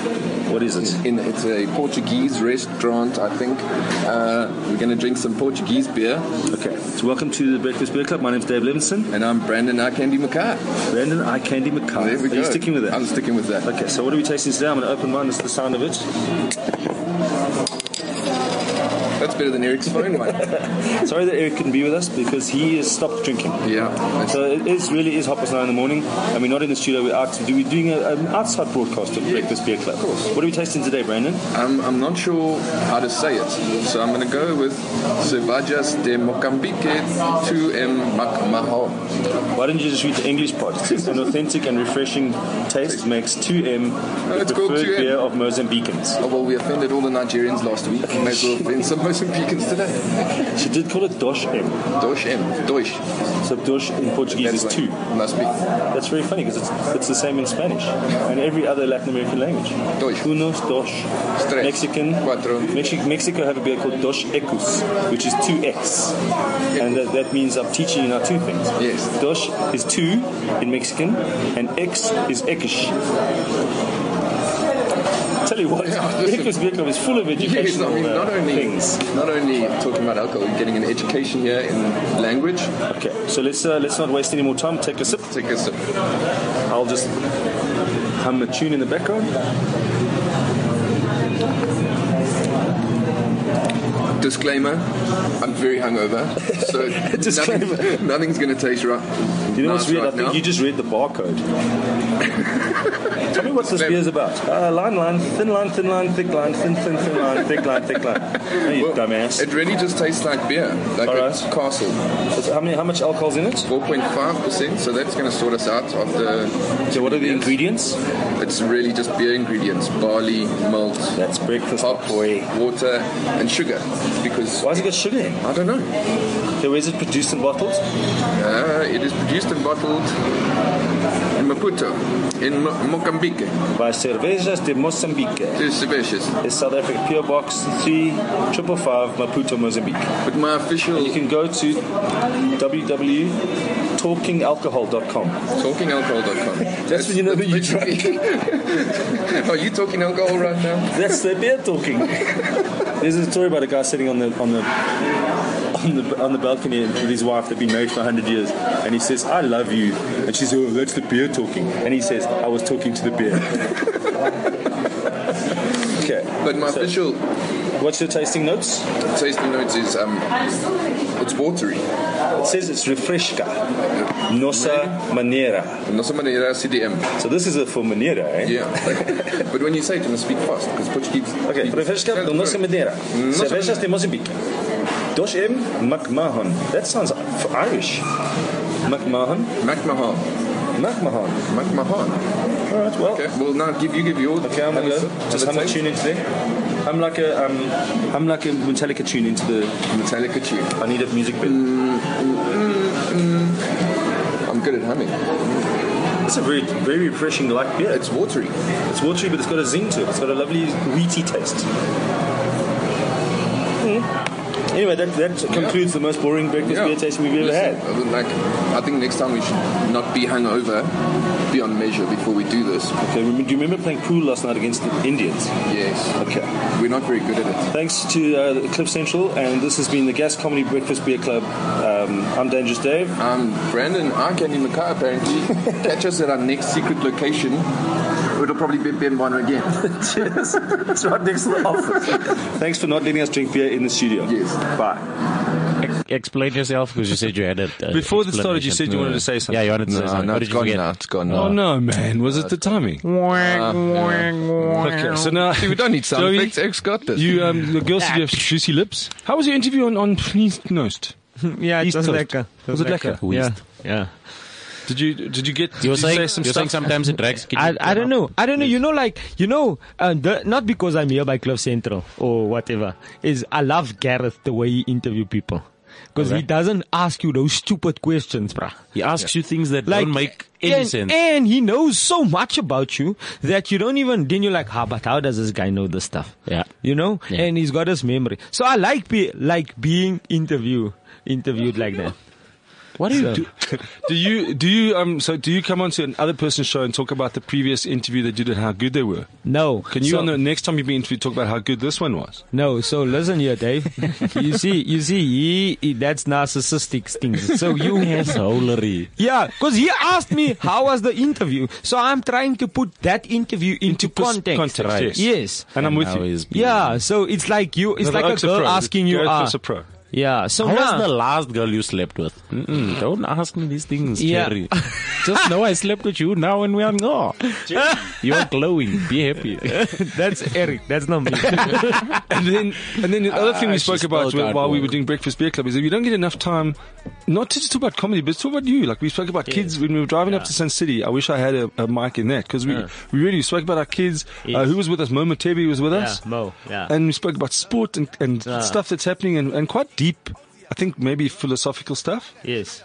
Speaker 3: What is it?
Speaker 9: In, it's a Portuguese restaurant, I think. Uh, we're going to drink some Portuguese beer.
Speaker 3: Okay. So welcome to the Breakfast Beer Club. My name's Dave Levinson.
Speaker 9: And I'm Brandon I. Candy McCart.
Speaker 3: Brandon I. Candy McCart.
Speaker 9: Oh, There we
Speaker 3: are you
Speaker 9: go.
Speaker 3: sticking with that?
Speaker 9: I'm sticking with that.
Speaker 3: Okay, so what are we tasting today? I'm going to open mine. That's the sound of it.
Speaker 9: That's better than Eric's phone one.
Speaker 3: Sorry that Eric couldn't be with us because he has stopped drinking.
Speaker 9: Yeah.
Speaker 3: So it is really is half past nine in the morning, and we're not in the studio. We're out. We're doing a, an outside broadcast of Breakfast Beer Club. What are we tasting today, Brandon?
Speaker 9: I'm, I'm not sure how to say it, so I'm going to go with Cevajas de Mocambique 2M Macmaho.
Speaker 3: Why don't you just read the English part? It says, an authentic and refreshing taste makes 2M the
Speaker 9: Uh, it's called
Speaker 3: preferred
Speaker 9: 2M.
Speaker 3: beer of Mozambicans.
Speaker 9: Oh, well, we offended all the Nigerians last week. May as well offend some Mozambicans today.
Speaker 3: She did call it Dosh M.
Speaker 9: Dosh M. Dosh.
Speaker 3: So Dosh in Portuguese is
Speaker 9: That's
Speaker 3: two.
Speaker 9: like- Must be.
Speaker 3: That's very funny because it's, it's the same in Spanish and every other Latin American language.
Speaker 9: Dosh.
Speaker 3: Unos, Dosh.
Speaker 9: Tres.
Speaker 3: Mexican.
Speaker 9: Cuatro.
Speaker 3: Mexi- Mexico have a beer called Dos Ecus, which is 2x. And that, that means I'm teaching you now two things.
Speaker 9: Yes.
Speaker 3: Dos is two in Mexican, and X is Ekish. Tell you what,
Speaker 9: Yeah, listen.
Speaker 3: Breakfast Beer Club is full of
Speaker 9: Yes, I
Speaker 3: educational
Speaker 9: mean, not
Speaker 3: uh,
Speaker 9: only,
Speaker 3: things.
Speaker 9: not only talking about alcohol, you're getting an education here in language.
Speaker 3: Okay, so let's uh, let's not waste any more time. Take a sip.
Speaker 9: Take a sip.
Speaker 3: I'll just hum a tune in the background.
Speaker 9: Disclaimer, I'm very hungover, so
Speaker 3: Disclaimer.
Speaker 9: nothing, nothing's going to taste right.
Speaker 3: You know what's
Speaker 9: nice
Speaker 3: weird?
Speaker 9: right
Speaker 3: I think
Speaker 9: now.
Speaker 3: you just read the barcode. Tell me what this beer's about. Uh, line, line, thin line, thin line, thick line, thin, thin, thin line, thick line, thick line. No, you
Speaker 9: Well,
Speaker 3: dumbass.
Speaker 9: It really just tastes like beer, like
Speaker 3: All
Speaker 9: a
Speaker 3: right.
Speaker 9: castle.
Speaker 3: So how many? How much alcohol's in it?
Speaker 9: 4.5%, so that's going to sort us out after.
Speaker 3: So what are the ingredients?
Speaker 9: It's really just beer ingredients barley, malt,
Speaker 3: That's breakfast,
Speaker 9: hops,
Speaker 3: boy.
Speaker 9: water, and sugar. Because,
Speaker 3: Why's it got sugar in?
Speaker 9: I don't know,
Speaker 3: So is it produced in bottles?
Speaker 9: uh, it is produced and bottled in Maputo, in Mo- Mocambique.
Speaker 3: By Cervejas de Mozambique.
Speaker 9: It's delicious.
Speaker 3: It's South Africa PO Box 3555 Maputo, Mozambique.
Speaker 9: But my official
Speaker 3: You can go to www.talkingalcohol.com.
Speaker 9: talkingalcohol.com.
Speaker 3: That's when you know that you
Speaker 9: drunk. Are you talking alcohol right now?
Speaker 3: That's the beer talking. There's a story about a guy sitting on the on the on the, on the balcony with his wife. They've been married for 100 years, and he says, "I love you," and she says, "Oh, that's the beer talking." And he says, "I was talking to the beer." okay.
Speaker 9: But my official
Speaker 13: What's your tasting notes?
Speaker 9: Tasting notes is um, it's watery.
Speaker 13: It says it's refresca. Nossa manera.
Speaker 9: Nossa manera CDM.
Speaker 13: So this is a for manera, eh?
Speaker 9: Yeah. but when you say it, you must speak fast because Portuguese.
Speaker 13: Okay, refresca da nossa madeira. Cervejas de Mozambique. Dos M. McMahon. That sounds f- Irish. McMahon.
Speaker 9: McMahon.
Speaker 13: McMahon.
Speaker 9: McMahon.
Speaker 13: All right. Well.
Speaker 9: Okay. Well, now give you give your.
Speaker 13: Okay, I'm gonna
Speaker 9: Have
Speaker 13: go.
Speaker 9: a sip.
Speaker 13: just
Speaker 9: Have
Speaker 13: hum
Speaker 9: a
Speaker 13: a
Speaker 9: taste.
Speaker 13: tune into there. I'm like a um, I'm like a Metallica tune into the
Speaker 9: Metallica tune.
Speaker 13: I need a music bit.
Speaker 9: Mm. I'm good at humming.
Speaker 13: It's a very very refreshing like beer.
Speaker 9: It's watery.
Speaker 13: It's watery, but it's got a zing to it. It's got a lovely wheaty taste. Mm. Anyway, that, that concludes the most boring breakfast
Speaker 9: Yeah.
Speaker 13: beer tasting we've ever
Speaker 9: Listen,
Speaker 13: had.
Speaker 9: I would Like, I think next time we should not be hungover, be on measure before we do this.
Speaker 13: Okay, remember, do you remember playing pool last night against the Indians?
Speaker 9: Yes.
Speaker 13: Okay.
Speaker 9: We're not very good at it.
Speaker 13: Thanks to uh, Cliff Central, and this has been the Gas Comedy Breakfast Beer Club. Um, I'm Dangerous Dave.
Speaker 9: Um, Brandon, I can in Mackay apparently. Catch us at our next secret location. It'll probably be Ben Bonner again.
Speaker 13: Cheers. It's right next to the office. Thanks for not letting us drink beer in the studio. Yes. Bye.
Speaker 8: Ex- explain yourself because you said you had it. Uh,
Speaker 3: Before this started, you said
Speaker 8: explanation.
Speaker 3: you wanted to say something.
Speaker 8: Yeah, you wanted to
Speaker 3: No,
Speaker 8: say something.
Speaker 3: no,
Speaker 8: What
Speaker 3: it's
Speaker 8: did you
Speaker 3: gone
Speaker 8: forget?
Speaker 3: now,
Speaker 9: it's gone
Speaker 3: Oh no, man! Was it the timing? Okay, so now
Speaker 9: See, we don't need sound
Speaker 3: Joey,
Speaker 9: effects. Eric's got this.
Speaker 3: You, um, the girl said you have juicy lips. How was your interview on on East Coast?
Speaker 4: Yeah,
Speaker 3: East
Speaker 4: it was
Speaker 3: Coast.
Speaker 4: lekker.
Speaker 3: Was it lekker?
Speaker 4: Yeah.
Speaker 8: Yeah.
Speaker 3: Did you did you get?
Speaker 8: You were
Speaker 3: did
Speaker 8: saying,
Speaker 3: you say some
Speaker 8: you're saying
Speaker 3: stuff?
Speaker 8: sometimes it drags. Can
Speaker 4: I,
Speaker 8: you-
Speaker 4: I don't know. I don't know. You know, like, you know, uh, the, not because I'm here by Club Central or whatever, is I love Gareth the way he interview people. Because he
Speaker 8: Okay.
Speaker 4: doesn't ask you those stupid questions, bruh.
Speaker 8: He asks you things that don't make any
Speaker 4: and,
Speaker 8: sense.
Speaker 4: And he knows so much about you that you don't even, then you're like, ah, but how does this guy know this stuff?
Speaker 8: Yeah.
Speaker 4: You know?
Speaker 8: Yeah.
Speaker 4: And he's got his memory. So I like, be, like being interview, interviewed like that.
Speaker 8: What do you do?
Speaker 3: do you do you um so do you come onto another person's show and talk about the previous interview they did and how good they were?
Speaker 4: No.
Speaker 3: Can you
Speaker 4: So-
Speaker 3: on the next time you've been interviewed talk about how good this one was?
Speaker 4: No, so listen here, Dave. you see, you see, he, he- that's narcissistic things. So you,
Speaker 8: Yes, holery.
Speaker 4: yeah, because he asked me how was the interview, so I'm trying to put that interview into,
Speaker 3: pers-
Speaker 4: context.
Speaker 3: context, yes.
Speaker 4: yes.
Speaker 3: And I'm with
Speaker 8: Now
Speaker 3: you.
Speaker 8: he's being-
Speaker 4: Yeah, so it's like you, it's
Speaker 3: No,
Speaker 4: like a
Speaker 3: Eric's a
Speaker 4: girl
Speaker 3: pro.
Speaker 4: asking you,
Speaker 3: Gareth
Speaker 4: uh,
Speaker 3: is a pro.
Speaker 4: yeah.
Speaker 3: Oh,
Speaker 4: So
Speaker 8: How was
Speaker 4: now,
Speaker 8: the last girl you slept with? Mm-mm, don't ask me these things,
Speaker 4: Yeah.
Speaker 8: Jerry. Just know I slept with you now and we are not. You're glowing. Be happy.
Speaker 4: that's Eric. That's not me.
Speaker 3: and then and then the other thing
Speaker 8: Ah,
Speaker 3: we
Speaker 8: she
Speaker 3: spoke about
Speaker 8: spelled
Speaker 3: wh-
Speaker 8: out
Speaker 3: while we
Speaker 8: wrong.
Speaker 3: were doing Breakfast Beer Club is that we don't get enough time not to just talk about comedy, but to talk about you. Like we spoke about kids when we were driving up to Sun City. I wish I had a, a mic in that because we, we really spoke about our kids. Uh,
Speaker 4: Yes.
Speaker 3: who was with us? Mo Matebi was with
Speaker 4: Yeah,
Speaker 3: us.
Speaker 4: Mo, yeah.
Speaker 3: And we spoke about sport and, and
Speaker 4: Ah.
Speaker 3: stuff that's happening and, and quite deep. I think maybe philosophical stuff.
Speaker 4: yes,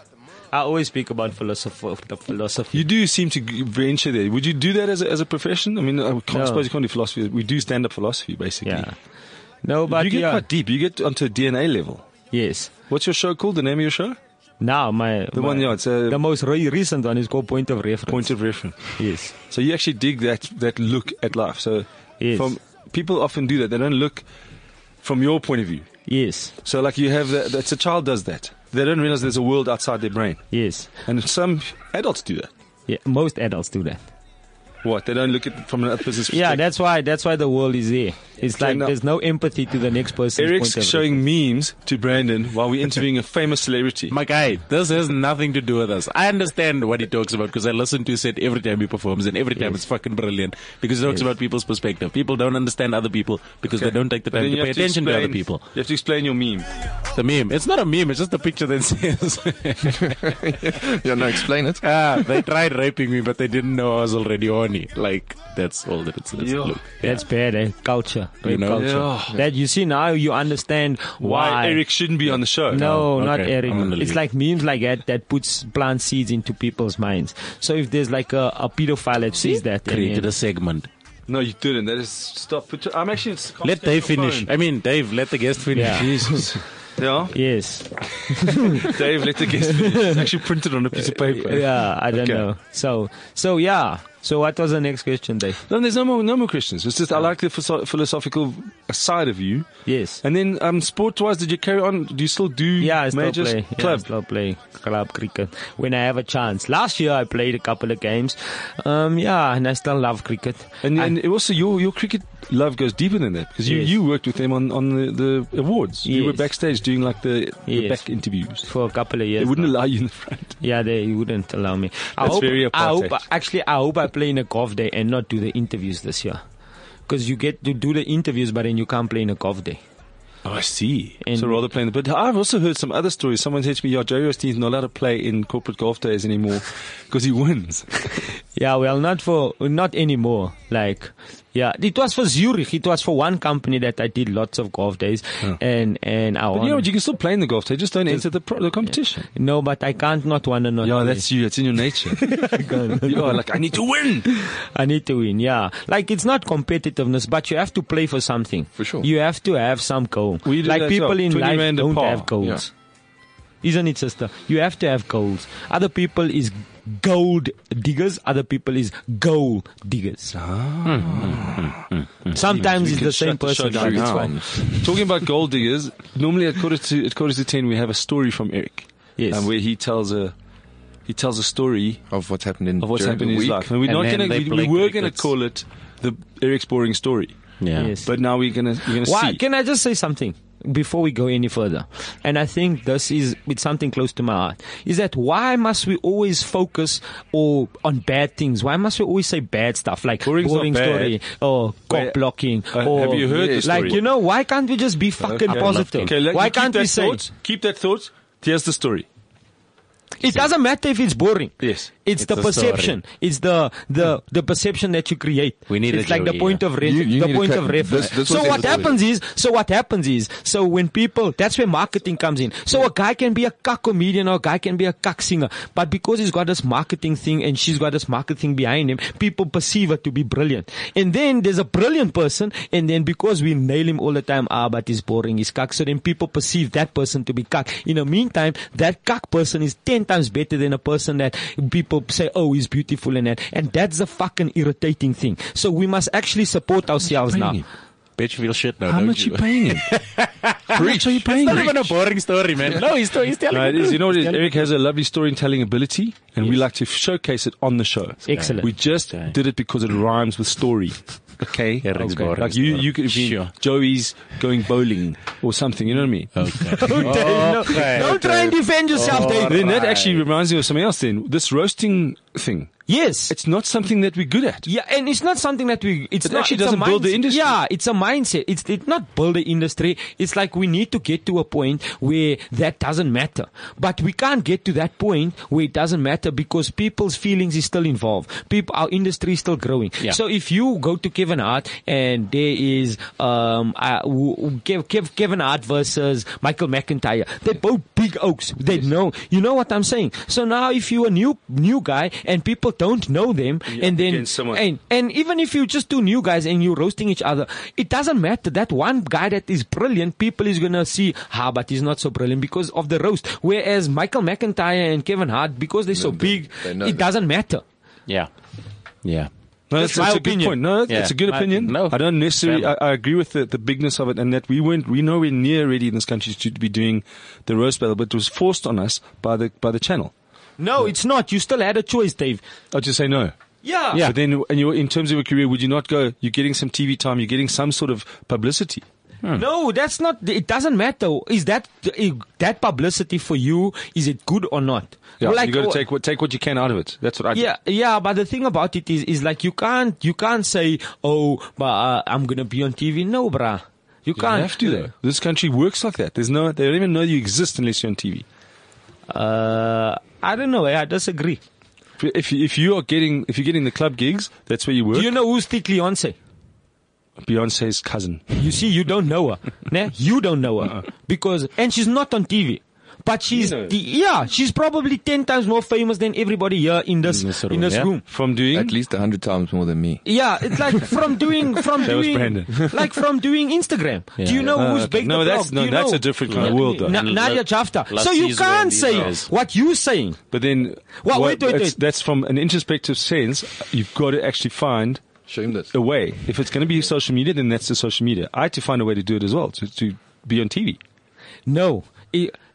Speaker 4: I always speak about philosophy. The philosophy.
Speaker 3: You do seem to g- venture there. Would you do that as a, as a profession? I mean, I can't,
Speaker 4: No.
Speaker 3: suppose you can't do philosophy. We do stand up philosophy, basically.
Speaker 4: yeah. No, but
Speaker 3: You get
Speaker 4: yeah.
Speaker 3: quite deep. You get onto a DNA level.
Speaker 4: yes.
Speaker 3: What's your show called? The name of your show?
Speaker 4: Now my
Speaker 3: The one, yeah, it's a
Speaker 4: the most re- recent one is called Point of Reference.
Speaker 3: point of reference.
Speaker 4: Yes.
Speaker 3: So you actually dig that that look at life. So
Speaker 4: Yes.
Speaker 3: from people often do that. They don't look from your point of view.
Speaker 4: Yes.
Speaker 3: So like you have that. That's a child does that. They don't realize there's a world outside their brain.
Speaker 4: Yes.
Speaker 3: And some adults do that.
Speaker 4: Yeah, most adults do that.
Speaker 3: What? They don't look at from another person's
Speaker 4: Yeah,
Speaker 3: perspective.
Speaker 4: that's why that's why the world is there. It's
Speaker 3: Okay,
Speaker 4: like
Speaker 3: now-
Speaker 4: there's no empathy to the next person.
Speaker 3: Eric's showing memes to Brandon while we're interviewing a famous celebrity.
Speaker 8: My guy, this has nothing to do with us. I understand what he talks about because I listen to his set every time he performs and every time it's fucking brilliant because he talks about people's perspective. People don't understand other people because they don't take the
Speaker 3: But then
Speaker 8: time to
Speaker 3: you
Speaker 8: pay
Speaker 3: have
Speaker 8: attention to other
Speaker 3: explain-
Speaker 8: people.
Speaker 3: You have to explain your meme.
Speaker 8: The meme. It's not a meme, it's just a picture that says.
Speaker 9: yeah, no, explain it.
Speaker 8: ah, they tried raping me, but they didn't know I was already horny. Like, that's all that it's. it's
Speaker 3: Yeah.
Speaker 8: look.
Speaker 4: That's bad, eh? Culture. Rape
Speaker 8: know?
Speaker 4: culture. That you see now you understand
Speaker 3: Why,
Speaker 4: why,
Speaker 3: Eric shouldn't be on the show?
Speaker 4: No, not
Speaker 8: Okay,
Speaker 4: Eric.
Speaker 8: I'm gonna
Speaker 4: It's
Speaker 8: leave.
Speaker 4: like memes like that that puts plant seeds into people's minds. So if there's like a, a pedophile that sees that, and-
Speaker 8: Created a segment.
Speaker 3: No, you didn't. That is stop. Put your, I'm actually.
Speaker 8: Let Dave finish. I mean, Dave, let the guest finish.
Speaker 4: Yeah.
Speaker 8: Jesus.
Speaker 3: Yeah,
Speaker 4: yes,
Speaker 3: Dave, let the guest finish. It's actually printed on a piece of paper.
Speaker 4: yeah, I don't
Speaker 3: Okay.
Speaker 4: know. So so yeah. So what was the next question, Dave?
Speaker 3: No, there's no more no more questions. It's just I like the philosoph- philosophical side of you.
Speaker 4: Yes.
Speaker 3: And then um, sport wise, did you carry on? Do you still do
Speaker 4: yeah, I still
Speaker 3: majors?
Speaker 4: play. Yeah, I
Speaker 3: Club.
Speaker 4: still play club cricket when I have a chance. Last year I played a couple of games. Um, yeah, and I still love cricket.
Speaker 3: And, and also your your cricket love goes deeper than that because you,
Speaker 4: Yes.
Speaker 3: you worked with them on, on the, the awards. You were
Speaker 4: Yes.
Speaker 3: backstage doing like the, the
Speaker 4: Yes.
Speaker 3: back interviews.
Speaker 4: For a couple of years.
Speaker 3: They wouldn't
Speaker 4: now.
Speaker 3: allow you in the front.
Speaker 4: Yeah, they wouldn't allow me. I
Speaker 3: That's
Speaker 4: hope,
Speaker 3: very
Speaker 4: I hope,
Speaker 3: apartheid.
Speaker 4: actually, I hope I play in a golf day and not do the interviews this year. Because you get to do the interviews, but then you can't play in a golf day.
Speaker 3: Oh, I see. so rather playing the. But I've also heard some other stories. Someone said to me, "Yeah, Jerry Osteen's not allowed to play in corporate golf days anymore because he wins."
Speaker 4: Yeah, well, not for not anymore. Like, yeah, it was for Zurich. It was for one company that I did lots of golf days, and and I
Speaker 3: But
Speaker 4: won.
Speaker 3: you know what? You can still play in the golf day. Just don't enter the pro- the competition.
Speaker 4: no, but I can't not want to not.
Speaker 3: Yeah,
Speaker 4: play.
Speaker 3: that's you. It's in your nature.
Speaker 4: You
Speaker 3: are like, I need to win.
Speaker 4: I need to win. Yeah, like it's not competitiveness, but you have to play for something. For sure, you have to have some goal.
Speaker 3: We did
Speaker 4: like
Speaker 3: that as
Speaker 4: people
Speaker 3: well.
Speaker 4: in
Speaker 3: 20
Speaker 4: life
Speaker 3: rand a
Speaker 4: don't
Speaker 3: par.
Speaker 4: have goals, isn't it, sister? You have to have goals. Other people is gold diggers. Other people is goal diggers.
Speaker 3: Ah.
Speaker 4: Sometimes it's the same person. That's why.
Speaker 3: Talking about gold diggers, normally at quarter to at quarter to ten, we have a story from Eric.
Speaker 4: Yes.
Speaker 3: um, where he tells a he tells a story
Speaker 9: of what's happened in
Speaker 3: of what's
Speaker 9: during
Speaker 3: happened
Speaker 9: the
Speaker 3: in his
Speaker 9: week.
Speaker 3: life, and we're
Speaker 9: And
Speaker 3: not
Speaker 9: then
Speaker 3: gonna
Speaker 9: they
Speaker 3: we,
Speaker 9: play
Speaker 3: we were gonna
Speaker 9: crickets.
Speaker 3: call it the Eric's boring story.
Speaker 4: Yeah. Yes.
Speaker 3: but now we're gonna we're gonna
Speaker 4: Why,
Speaker 3: see.
Speaker 4: Can I just say something before we go any further? And I think this is it's something close to my heart. Is that why must we always focus or on bad things? Why must we always say bad stuff like
Speaker 3: Boring's not
Speaker 4: boring
Speaker 3: bad.
Speaker 4: story or
Speaker 3: Wait,
Speaker 4: cop blocking?
Speaker 3: uh,
Speaker 4: or
Speaker 3: have you heard the
Speaker 4: like
Speaker 3: story? Uh,
Speaker 4: you know why can't we just be fucking positive?
Speaker 3: Okay, let-
Speaker 4: why
Speaker 3: you keep
Speaker 4: can't we
Speaker 3: that
Speaker 4: say
Speaker 3: thought, keep that thought? Here's the story.
Speaker 4: it doesn't matter if it's boring?
Speaker 3: Yes,
Speaker 4: It's, the perception. It's the, the the perception that you create. We
Speaker 3: need
Speaker 4: it's
Speaker 3: a
Speaker 4: like the
Speaker 3: Joey,
Speaker 4: point
Speaker 3: yeah.
Speaker 4: of re-
Speaker 3: You- you
Speaker 4: the
Speaker 3: need to
Speaker 4: point
Speaker 3: cut-
Speaker 4: of reference.
Speaker 3: this- this
Speaker 4: so
Speaker 3: was
Speaker 4: what
Speaker 3: the story.
Speaker 4: happens is so what happens is so when people that's where marketing comes in. So a guy can be a cuck comedian or a guy can be a cuck singer, but because he's got this marketing thing and she's got this marketing behind him, people perceive her to be brilliant. And then there's a brilliant person, and then because we nail him all the time, ah, but he's boring, he's cuck. So then people perceive that person to be cuck. In the meantime, that cuck person is ten times better than a person that people say, oh, he's beautiful and that. And that's the fucking irritating thing. So we must actually support ourselves now.
Speaker 8: Bitch, feel shit now.
Speaker 4: How
Speaker 8: don't
Speaker 4: much
Speaker 8: you
Speaker 4: you paying him?
Speaker 8: How much are you paying? It's not even a boring story, man. No, he's, he's telling.
Speaker 3: No, it
Speaker 8: the
Speaker 3: is. You know what?
Speaker 8: truth.
Speaker 3: It is? Eric has a lovely storytelling ability, and we like to f- showcase it on the show.
Speaker 4: Excellent.
Speaker 3: We just did it because it rhymes with story. Okay.
Speaker 8: Eric's
Speaker 3: Okay.
Speaker 8: boring
Speaker 3: Like you,
Speaker 8: story.
Speaker 3: you could be Joey's going bowling or something. You know what I mean?
Speaker 8: Oh,
Speaker 3: Okay.
Speaker 4: Dave, no. Don't try and defend yourself, Dave.
Speaker 3: Then that actually reminds me of something else. Then this roasting thing.
Speaker 4: Yes.
Speaker 3: It's not something that we're good at.
Speaker 4: Yeah, and it's not something that we. It's
Speaker 3: It
Speaker 4: not,
Speaker 3: actually
Speaker 4: it's a
Speaker 3: doesn't build the
Speaker 4: mindset.
Speaker 3: industry.
Speaker 4: Yeah, it's a mindset. It's it not build the industry. It's like we need to get to a point where that doesn't matter. But we can't get to that point where it doesn't matter because people's feelings is still involved. People, our industry is still growing.
Speaker 8: Yeah.
Speaker 4: So if you go to Kevin Hart and there is um uh, w- w- Kev, Kev, Kevin Hart versus Michael McIntyre, they're both big oaks. They know. You know what I'm saying. So now if you're a new new guy and people don't know them, and then
Speaker 3: against someone.
Speaker 4: and and even if you just two new guys and you roasting each other, it doesn't matter. That one guy that is brilliant, people is gonna see, ah, but he's not so brilliant because of the roast. Whereas Michael McIntyre and Kevin Hart, because they're so big,
Speaker 8: they
Speaker 4: it
Speaker 8: know that.
Speaker 4: doesn't matter.
Speaker 8: Yeah, yeah.
Speaker 3: No,
Speaker 4: That's
Speaker 3: that's,
Speaker 4: my
Speaker 3: that's a
Speaker 4: opinion.
Speaker 3: good point. No, that's,
Speaker 8: Yeah.
Speaker 3: that's a good
Speaker 8: My-
Speaker 3: opinion.
Speaker 8: no.
Speaker 3: I don't necessarily. I,
Speaker 8: Fair
Speaker 3: I agree with the, the bigness of it, and that we weren't. We know we're near ready in this country to be doing the roast battle, but it was forced on us by the by the channel.
Speaker 4: No, it's not. You still had a choice, Dave.
Speaker 3: I just say no.
Speaker 4: Yeah.
Speaker 3: But then, and you, in terms of your career, would you not go? You're getting some TV time. You're getting some sort of publicity.
Speaker 4: No, that's not. It doesn't matter. Is that is that publicity for you? Is it good or not?
Speaker 3: Yeah,
Speaker 4: Like,
Speaker 3: you got
Speaker 4: oh,
Speaker 3: to take what take what you can out of it. That's what I. do.
Speaker 4: Yeah, yeah, but the thing about it is, is like you can't, you can't say, oh, but uh, I'm gonna be on TV. No, bruh,
Speaker 3: You
Speaker 4: you can't.
Speaker 3: have to though. This country works like that. There's no. They don't even know you exist unless you're on TV.
Speaker 4: Uh, I don't know. eh, I disagree.
Speaker 3: If you, if you are getting if you're getting the club gigs, that's where you work.
Speaker 4: Do you know who's Thick Leonce?
Speaker 3: Beyonce's cousin.
Speaker 4: You see, you don't know her. ne? You don't know her because, and she's not on TV.
Speaker 8: But she's the, yeah, she's probably ten times more famous than everybody here in this in this, room.
Speaker 9: From doing? At least 100 times more than me.
Speaker 8: Yeah, it's like from doing from
Speaker 9: That was
Speaker 8: doing
Speaker 9: Brandon.
Speaker 8: like from doing Instagram. Do you know
Speaker 3: Yeah.
Speaker 8: who's
Speaker 3: Ah, okay.
Speaker 8: big?
Speaker 3: No,
Speaker 8: the
Speaker 3: that's-
Speaker 8: blog?
Speaker 3: no,
Speaker 8: Do you
Speaker 3: that's
Speaker 8: know-
Speaker 3: a different kind of world, though.
Speaker 8: Na-
Speaker 3: La-
Speaker 8: Nadia Jafta.
Speaker 3: La-
Speaker 8: So you
Speaker 3: Lassies
Speaker 8: can't
Speaker 3: Wendy's
Speaker 8: say
Speaker 3: knows.
Speaker 8: what you saying.
Speaker 3: But then,
Speaker 8: Well, wait, wait,
Speaker 3: that's,
Speaker 8: wait.
Speaker 3: that's from an introspective sense. You've got to actually find a way. If it's going to be social media, then that's the social media. I had to find a way to do it as well to, to be on TV.
Speaker 8: No,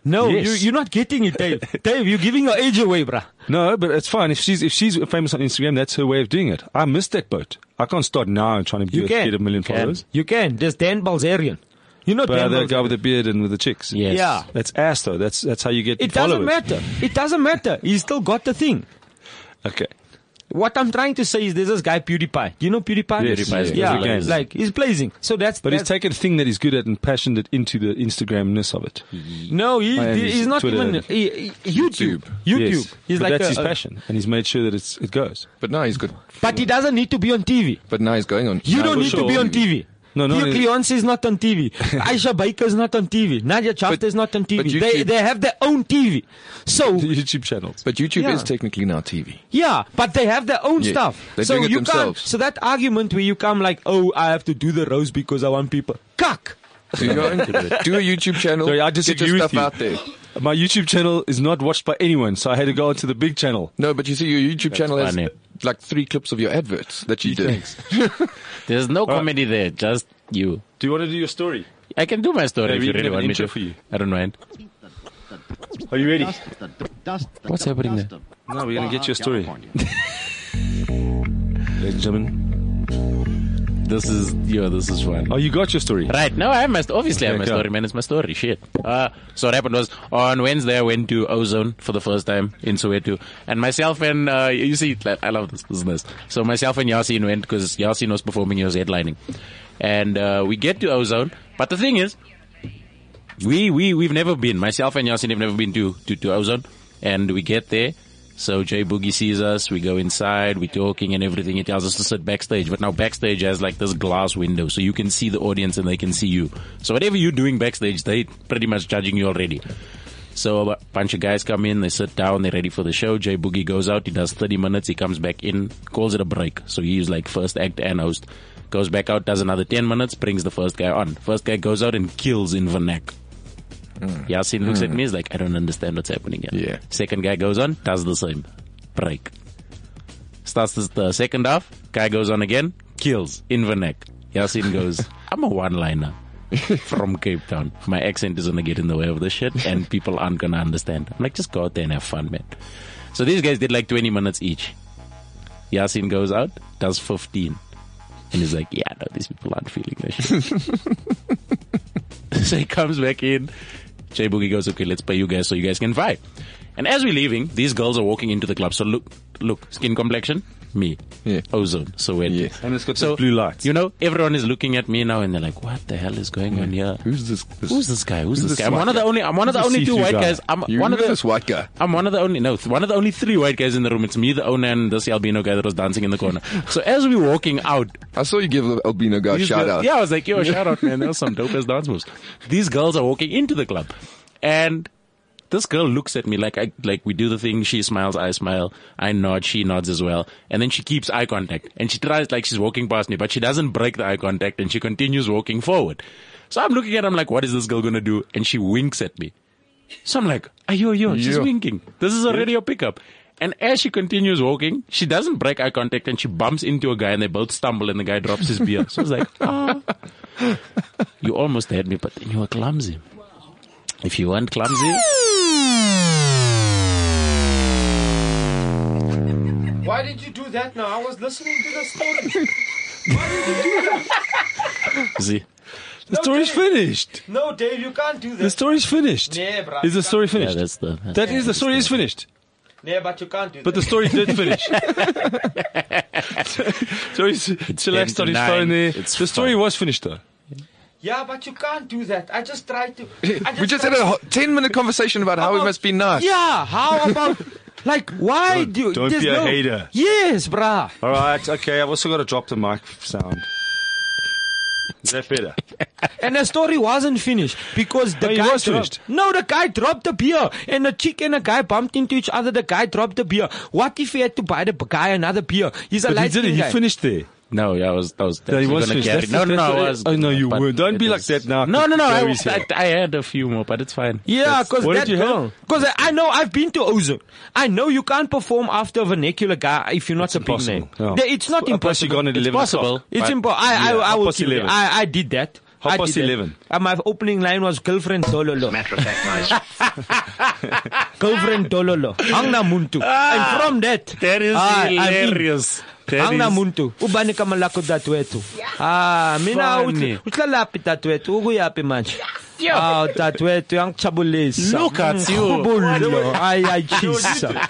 Speaker 8: no, you- you're not getting it, Dave. Dave, you're giving your age away, bruh.
Speaker 3: No, but it's fine. If she's if she's famous on Instagram, that's her way of doing it. I missed that boat. I can't start now and trying to
Speaker 8: You
Speaker 3: do it,
Speaker 8: can.
Speaker 3: get a million
Speaker 8: Can.
Speaker 3: followers.
Speaker 8: You can. There's Dan Balzerian. You know
Speaker 3: But
Speaker 8: Dan
Speaker 3: the
Speaker 8: Balzerian.
Speaker 3: guy with the beard and with the chicks.
Speaker 8: Yes. Yeah.
Speaker 3: That's ass though. That's that's how you get
Speaker 8: It
Speaker 3: followers.
Speaker 8: doesn't matter. It doesn't matter. He's still got the thing.
Speaker 3: Okay.
Speaker 8: What I'm trying to say is there's this guy PewDiePie. Do you know PewDiePie?
Speaker 3: Yes, PewDiePie is
Speaker 8: yeah,
Speaker 3: blazing.
Speaker 8: like he's blazing. So that's
Speaker 3: But he's
Speaker 8: that's,
Speaker 3: taken a thing that he's good at and passioned it into the Instagramness of
Speaker 8: Hmm.
Speaker 3: it.
Speaker 8: no, he,
Speaker 3: And his
Speaker 8: he's not
Speaker 3: Twitter
Speaker 8: even
Speaker 3: and-
Speaker 8: he, he- YouTube. YouTube.
Speaker 3: Yes.
Speaker 8: He's
Speaker 3: but
Speaker 8: like
Speaker 3: that's
Speaker 8: a-
Speaker 3: his
Speaker 8: a-
Speaker 3: passion, and he's made sure that it's it goes.
Speaker 9: But now he's good.
Speaker 8: But he doesn't need to be on TV.
Speaker 9: But now he's going on.
Speaker 8: You
Speaker 9: now
Speaker 8: don't
Speaker 9: he's
Speaker 8: need
Speaker 9: going
Speaker 8: to be on TV.
Speaker 9: No, no, no.
Speaker 8: Beyonce is not on TV. Aisha Baker is not on TV. Nadia Chafta is not on TV.
Speaker 9: but
Speaker 8: they,
Speaker 9: YouTube-
Speaker 8: they have their own TV. So
Speaker 3: YouTube channels.
Speaker 9: But YouTube
Speaker 8: Yeah.
Speaker 9: is technically now TV.
Speaker 8: Yeah, but they have their own
Speaker 9: Yeah,
Speaker 8: stuff.
Speaker 9: they're
Speaker 8: so
Speaker 9: doing it
Speaker 8: you can't.
Speaker 9: themselves.
Speaker 8: So that argument where you come like, oh, I have to do the rose because I want people. Cuck.
Speaker 9: Do your own- do a YouTube channel.
Speaker 3: Sorry, I
Speaker 9: Get your
Speaker 3: disagree
Speaker 9: stuff
Speaker 3: with you.
Speaker 9: out there.
Speaker 3: My YouTube channel is not watched by anyone, so I had to go onto the big channel.
Speaker 9: No, but you see, your YouTube channel has
Speaker 3: funny.
Speaker 9: like three clips of your adverts that you did.
Speaker 4: There's no comedy there, just you.
Speaker 3: Do you want to do your story?
Speaker 4: I can do my story
Speaker 3: Yeah,
Speaker 4: if
Speaker 3: we
Speaker 4: you
Speaker 3: can
Speaker 4: really
Speaker 3: have an
Speaker 4: want me
Speaker 3: intro
Speaker 4: to.
Speaker 3: for you.
Speaker 4: I don't mind.
Speaker 3: Are you ready?
Speaker 4: What's happening there?
Speaker 3: No, we're gonna get your story. Ladies and gentlemen,
Speaker 4: this is yeah, this is fun.
Speaker 3: Oh, you got your story.
Speaker 4: Right. No, I have my st- obviously I have my
Speaker 3: Okay, go.
Speaker 4: story, man. It's my story. Shit. Uh, so what happened was on Wednesday I went to Ozone for the first time in Soweto, and myself and uh, you see, like, I love this. This is nice. So myself and Yasin went because Yasin was performing, he was headlining, and uh, we get to Ozone. But the thing is, we we we've never been. Myself and Yasin have never been to to, to Ozone, and we get there. So Jay Boogie sees us. We go inside. We're talking and everything. He tells us to sit backstage, but now backstage has like this glass window, so you can see the audience and they can see you. So whatever you're doing backstage, they pretty much judging you already. So a bunch of guys come in, they sit down, they're ready for the show. Jay Boogie goes out, he does 30 minutes, he comes back in, calls it a break. So he's like first act and host. Goes back out, does another 10 minutes, brings the first guy on. First guy goes out and kills in Vernac. Yasin looks at me, he's like, I don't understand what's happening here. Yeah. Second guy goes on, does the same. Break. Starts the, the second half, guy goes on again, kills in Vernac. Yasin goes, I'm a one liner from Cape Town. My accent is gonna get in the way of this shit, and people aren't gonna understand. I'm like, just go out there and have fun, man. So these guys did like 20 minutes each. Yasin goes out, does 15. And he's like, yeah, no, these people aren't feeling this shit. so he comes back in. Jay Boogie goes, okay, let's pay you guys so you guys can fight. And as we're leaving, these girls are walking into the club. So look, look, skin complexion, me, yeah. ozone, so we're
Speaker 3: And it's got
Speaker 4: so
Speaker 3: those blue lights.
Speaker 4: You know, everyone is looking at me now, and they're like, "What the hell is going on here? Who's this? Who's this guy? Who's, this guy? I'm one of the only. I'm one of the only two white guys. I'm one of the.
Speaker 9: white guy.
Speaker 4: I'm one of the only no, th- one of the only three white guys in the room. It's me, the owner, and this albino guy that was dancing in the corner. So as we were walking out,
Speaker 9: I saw you give the albino guy a
Speaker 4: these
Speaker 9: shout
Speaker 4: girl-
Speaker 9: out.
Speaker 4: Yeah, I was like, yo, shout out, man. That was some dope ass dance moves. These girls are walking into the club, and this girl looks at me like I like we do the thing. She smiles, I smile, I nod, she nods as well, and then she keeps eye contact and she tries like she's walking past me, but she doesn't break the eye contact and she continues walking forward. So I'm looking at her, I'm like, what is this girl gonna do? And she winks at me. So I'm like, oh, yo, yo, she's
Speaker 14: Yeah.
Speaker 4: winking. This is already a pickup. And as she continues walking, she doesn't break eye contact and she bumps into a guy and they both stumble and the guy drops his beer. So I was like, ah, you almost had me, but then you were clumsy. If you weren't clumsy,
Speaker 15: Why did you do that now? I was listening to the story. Why did you do that?
Speaker 4: see.
Speaker 3: The story's finished.
Speaker 15: No, Dave, you can't do that.
Speaker 3: The story's finished.
Speaker 15: Yeah, bruh.
Speaker 3: Is the story finished?
Speaker 4: that's the.
Speaker 3: That is the story is finished.
Speaker 15: Yeah, but you can't do
Speaker 3: But the
Speaker 15: that.
Speaker 3: story did finish. so he's chillaxed on his phone there. the story was finished though.
Speaker 15: yeah, but you can't do that. I just tried to. I
Speaker 9: we just had a ho- 10 minute conversation about how we must be nice.
Speaker 8: Yeah. How about like why do you-
Speaker 3: don't
Speaker 8: there's
Speaker 3: be a
Speaker 8: no-
Speaker 3: hater.
Speaker 8: Yes, bruh.
Speaker 3: All right, okay. I've also got to drop the mic sound. Zafira.
Speaker 4: And the story wasn't finished because the
Speaker 3: No, it
Speaker 4: guy
Speaker 3: was
Speaker 4: dropped.
Speaker 3: finished.
Speaker 4: No, the guy dropped the beer, and the chick and the guy bumped into each other. The guy dropped the beer. What if he had to buy the b- guy another beer? He's a
Speaker 3: But he
Speaker 4: light
Speaker 3: did it. He
Speaker 4: guy.
Speaker 3: finished there.
Speaker 8: No, yeah, I was. I was.
Speaker 3: No, he
Speaker 8: definitely
Speaker 3: was
Speaker 8: gonna
Speaker 3: finished.
Speaker 8: carry-
Speaker 3: That's-
Speaker 8: No, no,
Speaker 3: that's
Speaker 8: no. I
Speaker 3: what-
Speaker 4: uh,
Speaker 8: was.
Speaker 3: oh, no, you
Speaker 8: but
Speaker 3: were. Don't
Speaker 8: it
Speaker 3: be like
Speaker 8: is-
Speaker 3: that now,
Speaker 8: No, no, no. I,
Speaker 3: Chloe's
Speaker 8: was, I,
Speaker 3: here.
Speaker 8: I had a few more, but it's fine.
Speaker 4: Yeah,
Speaker 8: That's-
Speaker 4: because
Speaker 3: What did
Speaker 4: that
Speaker 3: you
Speaker 4: girl. Because I know I've been to Ozone. I know you can't perform after a vernacular guy if you're not a big name.
Speaker 3: yeah.
Speaker 4: The- It's not
Speaker 3: Plus you
Speaker 4: impossible.
Speaker 3: gone at It's 11 possible, o'clock.
Speaker 4: It's
Speaker 3: but-
Speaker 4: impossible. I,
Speaker 3: Yeah,
Speaker 4: I, I
Speaker 3: half
Speaker 4: will
Speaker 3: past
Speaker 4: kill you.
Speaker 3: 11.
Speaker 4: I, I did that.
Speaker 3: Half
Speaker 4: I
Speaker 3: past
Speaker 4: did that.
Speaker 3: 11.
Speaker 4: Uh, my opening line was girlfriend dololo. Matter of fact, girlfriend dololo. Hangna muntu. and from that,
Speaker 8: that is
Speaker 4: I,
Speaker 8: hilarious.
Speaker 4: I mean,
Speaker 8: That
Speaker 4: hangna
Speaker 8: is-
Speaker 4: muntu. Ubani ka malakod dadwethu. Ah, mina
Speaker 8: Funny.
Speaker 4: uthi utlalaphi dadwethu ukuyaphi manje? Ah, dadwethu uyangijabulisa.
Speaker 8: Look at
Speaker 4: Mm,
Speaker 8: you.
Speaker 4: Ngikhubulo. Ay ay chisa.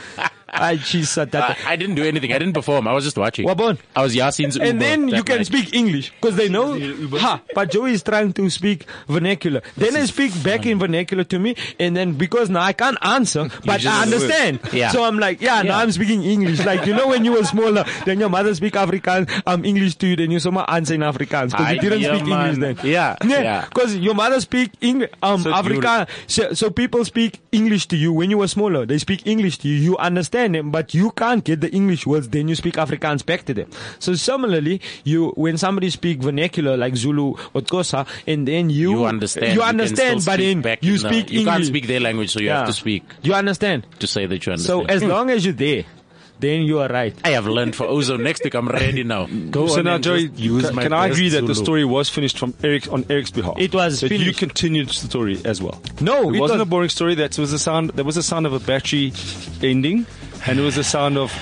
Speaker 4: Ay chisa
Speaker 8: I,
Speaker 4: dad.
Speaker 8: I didn't do anything. I didn't perform. I was just watching.
Speaker 4: Wabon.
Speaker 8: I was Yasin's Uber.
Speaker 4: And then you
Speaker 8: that
Speaker 4: can
Speaker 8: night.
Speaker 4: speak English because they know. Ha! But Joey is trying to speak vernacular. Then I speak back in vernacular to me, and then because now I can't answer, but
Speaker 8: just-
Speaker 4: I understand.
Speaker 8: Yeah.
Speaker 4: So I'm like, yeah, now I'm speaking English. Like you know, when you were smaller, then your mother speak Afrikaans. I'm English to you. Then you somehow answer in Afrikaans because
Speaker 8: Ai,
Speaker 4: you didn't
Speaker 8: yeah,
Speaker 4: speak
Speaker 8: man.
Speaker 4: English then.
Speaker 8: Yeah, yeah.
Speaker 4: Because your mother speak English. Um,
Speaker 8: So it's
Speaker 4: Afrikaans. So, so people speak English to you when you were smaller. They speak English to you. You understand them, but you can't get the English words. Then you speak Afrikaans back to them. So similarly, you when somebody speak vernacular like Zulu or Xhosa, and then you
Speaker 8: You understand.
Speaker 4: you
Speaker 8: can
Speaker 4: understand,
Speaker 8: still
Speaker 4: but
Speaker 8: speak
Speaker 4: then
Speaker 8: back
Speaker 4: you
Speaker 8: in the-
Speaker 4: speak
Speaker 8: You
Speaker 4: English.
Speaker 8: can't speak their language, so you
Speaker 4: Yeah.
Speaker 8: have to speak
Speaker 4: You understand.
Speaker 8: to say that you understand.
Speaker 4: So as long as you're there, then you are right.
Speaker 8: I have learned for Ozone. Next week, I'm ready now. Go
Speaker 3: so
Speaker 8: on
Speaker 3: now,
Speaker 8: and
Speaker 3: Joey,
Speaker 8: just use
Speaker 3: can,
Speaker 8: my
Speaker 3: can I
Speaker 8: best
Speaker 3: agree that the
Speaker 8: Zulu.
Speaker 3: story was finished from Eric on Eric's behalf?
Speaker 4: It was
Speaker 3: But you
Speaker 4: finished.
Speaker 3: continued the story as well.
Speaker 4: No,
Speaker 3: it,
Speaker 4: it
Speaker 3: wasn't
Speaker 4: was-
Speaker 3: a boring story. That was the sound. There was a sound of a battery ending, and it was the sound of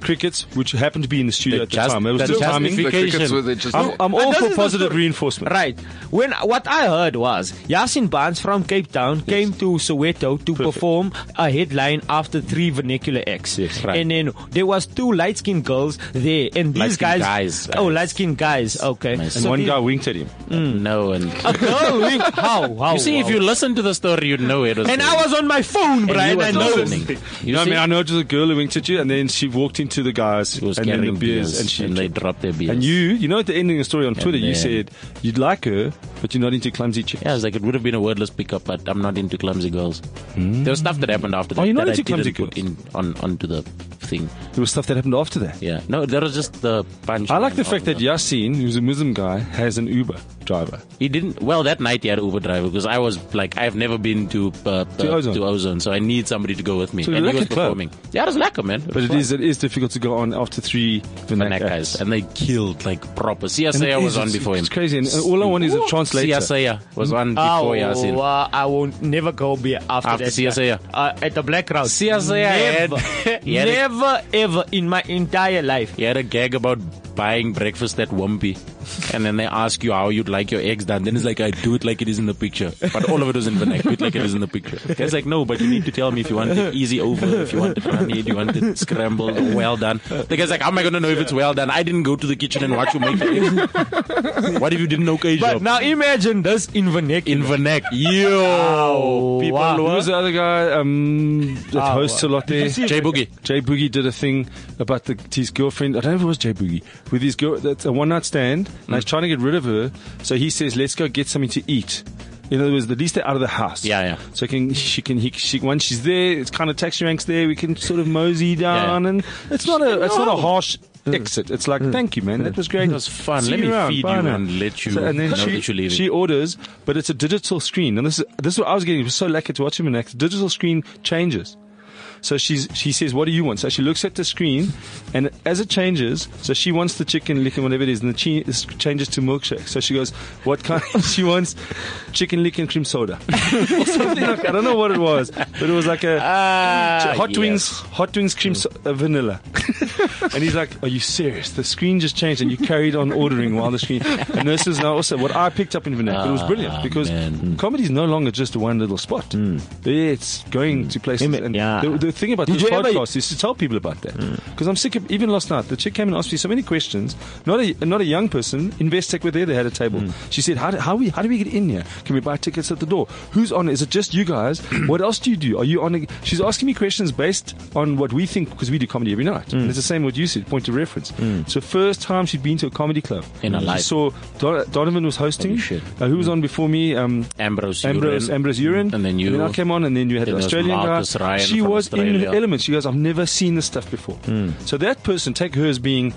Speaker 3: crickets, which happened to be in the studio
Speaker 8: The
Speaker 3: at the
Speaker 8: just-
Speaker 3: time. It was
Speaker 8: the
Speaker 3: just timing.
Speaker 8: justification. The crickets were there just
Speaker 3: I'm,
Speaker 8: there.
Speaker 3: I'm
Speaker 4: But
Speaker 3: all
Speaker 4: this
Speaker 3: for
Speaker 4: is the
Speaker 3: positive
Speaker 4: story.
Speaker 3: reinforcement.
Speaker 4: Right. When what I heard was Yasin Barnes from Cape Town came to Soweto to perform a headline after three vernacular acts.
Speaker 8: Yes, right.
Speaker 4: And then there was two light skinned girls there and these
Speaker 8: Light-skinned
Speaker 4: guys,
Speaker 8: guys.
Speaker 4: Oh light skinned guys. Okay.
Speaker 3: And one
Speaker 4: the-
Speaker 3: guy winked at him.
Speaker 8: Mm. No, and
Speaker 4: a girl winked- how, how
Speaker 8: you see, if
Speaker 4: how?
Speaker 8: you listen to the story, you know it. Was
Speaker 4: And I was on my phone,
Speaker 8: you
Speaker 4: Brian,
Speaker 8: was
Speaker 4: I know.
Speaker 8: listening. You
Speaker 3: no, I
Speaker 8: see?
Speaker 3: mean, I know it was a girl who winked at you, and then she walked into the guys,
Speaker 8: It was
Speaker 3: and then the
Speaker 8: carrying
Speaker 3: beers, and she.
Speaker 8: they dropped their beers.
Speaker 3: and you, you know, at the ending of the story on Twitter, you
Speaker 8: then-
Speaker 3: said you'd like her, but you're not into clumsy chicks.
Speaker 8: Yeah, I was like, it would have been a wordless pickup, but I'm not into clumsy girls. There was stuff that happened after that.
Speaker 3: Oh, you're Hmm. not
Speaker 8: that
Speaker 3: into
Speaker 8: I didn't
Speaker 3: clumsy
Speaker 8: put in on onto the thing.
Speaker 3: There was stuff that happened after that.
Speaker 8: Yeah, no, that was just the punch.
Speaker 3: I like the fact that Yasin, who's a Muslim guy, has an Uber driver.
Speaker 8: he didn't. Well, that night he had an Uber driver because I was like, I've never been to uh,
Speaker 3: To
Speaker 8: uh,
Speaker 3: Ozone.
Speaker 8: to Ozone, so I need somebody to go with me.
Speaker 3: So
Speaker 8: and
Speaker 3: like
Speaker 8: he
Speaker 3: a
Speaker 8: was
Speaker 3: club.
Speaker 8: performing. Yeah, it was lekker, man.
Speaker 3: But it is it is difficult to go on after three Vernac
Speaker 8: Vernac
Speaker 3: acts.
Speaker 8: and they killed like proper.
Speaker 3: And it
Speaker 8: CSA
Speaker 3: is,
Speaker 8: was on
Speaker 3: it's-
Speaker 8: before him.
Speaker 3: It's crazy. And uh, all I want is a translator. Mm.
Speaker 8: CSA was on
Speaker 4: Oh,
Speaker 8: before Yasin.
Speaker 4: uh, I won't never go be after,
Speaker 8: After
Speaker 4: that.
Speaker 8: CSA.
Speaker 4: guy. Uh, at the black crowd.
Speaker 8: CSA
Speaker 4: Never,
Speaker 8: had- he had a-
Speaker 4: never ever in my entire life.
Speaker 8: He had a gag about buying breakfast at Wumpy. And then they ask you how you'd like your eggs done. Then it's like, I do it like it is in the picture. But all of it was in vernac. Do it like it is in the picture. It's like, no, but you need to tell me if you want it easy over, if you want it runny, if you want it scrambled, or well done. The guy's like, how am I going to know if it's well done? I didn't go to the kitchen and watch you make the eggs. What if you didn't know
Speaker 4: But
Speaker 8: Kaijo?
Speaker 4: now imagine this in vernacular.
Speaker 8: In vernac. Yo! People
Speaker 4: wow.
Speaker 3: Who was the other guy um, that
Speaker 4: Ah,
Speaker 3: hosts a lot there?
Speaker 4: see-
Speaker 8: Jay Boogie.
Speaker 3: Jay Boogie did a thing about the, his girlfriend. I don't know if it was Jay Boogie with his girl. That's a one night stand, and he's trying to get rid of her. So he says, "Let's go get something to eat." In other words, at least they're out of the house.
Speaker 8: Yeah, yeah.
Speaker 3: So can she can he, she once she's there, it's kind of taxi ranks there. We can sort of mosey down, and it's not a it's not a harsh exit. It's like, thank you, man. That was great.
Speaker 8: That was fun.
Speaker 3: See
Speaker 8: Let me
Speaker 3: around.
Speaker 8: feed
Speaker 3: Bye
Speaker 8: you
Speaker 3: now."
Speaker 8: and let you
Speaker 3: So- and then
Speaker 8: know
Speaker 3: she,
Speaker 8: that you're leaving.
Speaker 3: she orders, but it's a digital screen. And this is this is what I was getting. It was so lucky to watch him in act. The digital screen changes. So she's she says, "What do you want?" So she looks at the screen, and as it changes, so she wants the chicken lick and whatever it is, and the chi- this changes to milkshake. So she goes, "What kind?" she wants chicken lick and cream soda. Or something like, I don't know what it was, but it was like a
Speaker 8: Ah,
Speaker 3: hot
Speaker 8: yes. Mm.
Speaker 3: wings, hot wings cream so- uh, vanilla. and he's like, "Are you serious? The screen just changed, and you carried on ordering while the screen." And this is now also what I picked up in vernacular. It was brilliant
Speaker 8: Ah,
Speaker 3: because
Speaker 8: man. Mm.
Speaker 3: comedy is no longer just one little spot. It's going to places. And
Speaker 4: Yeah.
Speaker 3: the, the thing about
Speaker 4: Did
Speaker 3: this
Speaker 4: you ever- Hmm.
Speaker 3: podcast is to tell people about that because I'm sick of even last night. The chick came and asked me so many questions. Not a not a young person. Investec were there. They had a table.
Speaker 4: Hmm.
Speaker 3: She said, "How do, how we how do we get in here? Can we buy tickets at the door? Who's on? it? Is it just you guys? what
Speaker 4: Hmm.
Speaker 3: else do you do? Are you on?" A, she's asking me questions based on what we think because we do comedy every night. And it's the same with usage, point of reference. So first time she'd been to a comedy club
Speaker 8: In her
Speaker 3: She
Speaker 8: life.
Speaker 3: saw Don- Donovan was hosting. Uh, who
Speaker 4: Hmm.
Speaker 3: was on before me? Um,
Speaker 8: Ambrose
Speaker 3: Ambrose,
Speaker 8: Urine.
Speaker 3: Ambrose Urine.
Speaker 8: And then you-
Speaker 3: I came on, and then you had
Speaker 8: Then
Speaker 3: the
Speaker 8: there was
Speaker 3: Australian
Speaker 8: Marcus
Speaker 3: guy.
Speaker 8: Ryan
Speaker 3: she
Speaker 8: from
Speaker 3: was in
Speaker 8: Australia. Hmm.
Speaker 3: an element. She goes, "I've never seen this stuff before." So that person, take her as being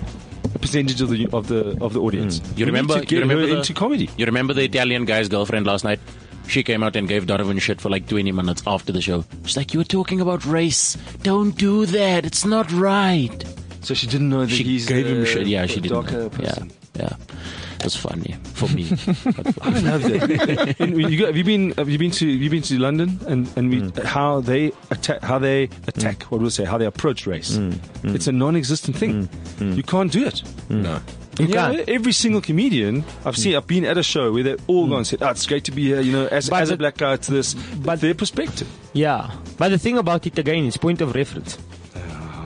Speaker 3: a percentage of the of the of the audience.
Speaker 8: Hmm. You
Speaker 3: We need
Speaker 8: remember?
Speaker 3: to get
Speaker 8: You remember
Speaker 3: her
Speaker 8: the,
Speaker 3: into comedy?
Speaker 8: You remember the Italian guy's girlfriend last night? She came out and gave Donovan shit for like 20 minutes after the show. She's like, "You were talking about race. Don't do that. It's not right."
Speaker 3: So she didn't know that
Speaker 8: she
Speaker 3: he's
Speaker 8: gave him
Speaker 3: the-
Speaker 8: shit. Yeah, she
Speaker 3: the
Speaker 8: didn't.
Speaker 3: darker
Speaker 8: know.
Speaker 3: person.
Speaker 8: Yeah, yeah. It was funny for me.
Speaker 3: I love that. and you Mm. go, have you been? Have you been to? Have you been to London? And and we, how they attack? How they attack? What we'll say? How they approach race? It's a non-existent thing. You can't do it.
Speaker 9: No.
Speaker 3: Mm. You Mm. know, every single comedian I've seen, I've been at a show where they all gone and said, "Ah, it's great to be here." You know, as, as a black guy, it's this. But their perspective.
Speaker 4: Yeah, but the thing about it again is point of reference.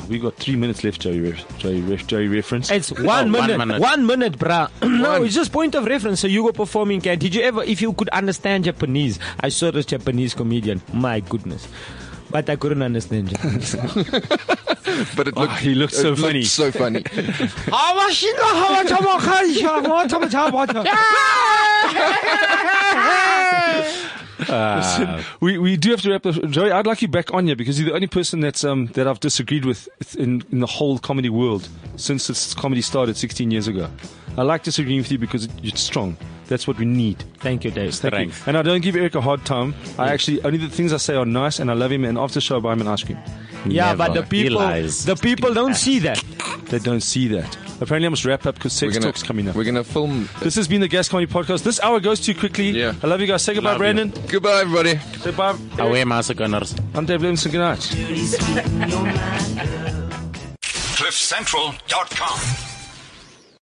Speaker 3: We got three minutes left, Joey. Ref, Joey, ref, Joey reference.
Speaker 4: It's Oh, one minute, one minute, bruh. no, it's just point of reference. So you were performing, Kat. Did you ever, if you could understand Japanese? I saw this Japanese comedian. My goodness. But I couldn't understand Japanese.
Speaker 9: But it
Speaker 4: Oh,
Speaker 9: looked,
Speaker 4: he looked
Speaker 9: it
Speaker 4: so funny.
Speaker 9: so funny.
Speaker 3: Listen, we, we do have to wrap this. Joey, I'd like you back on here because you're the only person that's um, that I've disagreed with in, in the whole comedy world since this comedy started 16 years ago. I like disagreeing with you because you're strong. That's what we need.
Speaker 4: Thank you, Dave.
Speaker 3: Thank you. And I don't give Eric a hard time. I actually only the things I say are nice, and I love him. And after the show, I buy him an ice cream.
Speaker 4: Yeah, Never. but the He people- lies. the people don't see that.
Speaker 3: They don't see that. Apparently, I must wrap up because sex
Speaker 9: gonna-
Speaker 3: talk's coming up.
Speaker 9: We're gonna film.
Speaker 3: This has been the Gas Comedy Podcast. This hour goes too quickly. Yeah. I love you guys. Say goodbye,
Speaker 8: Love you.
Speaker 3: Brandon.
Speaker 9: Goodbye, everybody.
Speaker 3: Say bye.
Speaker 8: Away, massacres.
Speaker 3: I'm Dave Levinson. Good night.
Speaker 16: CliffCentral.com.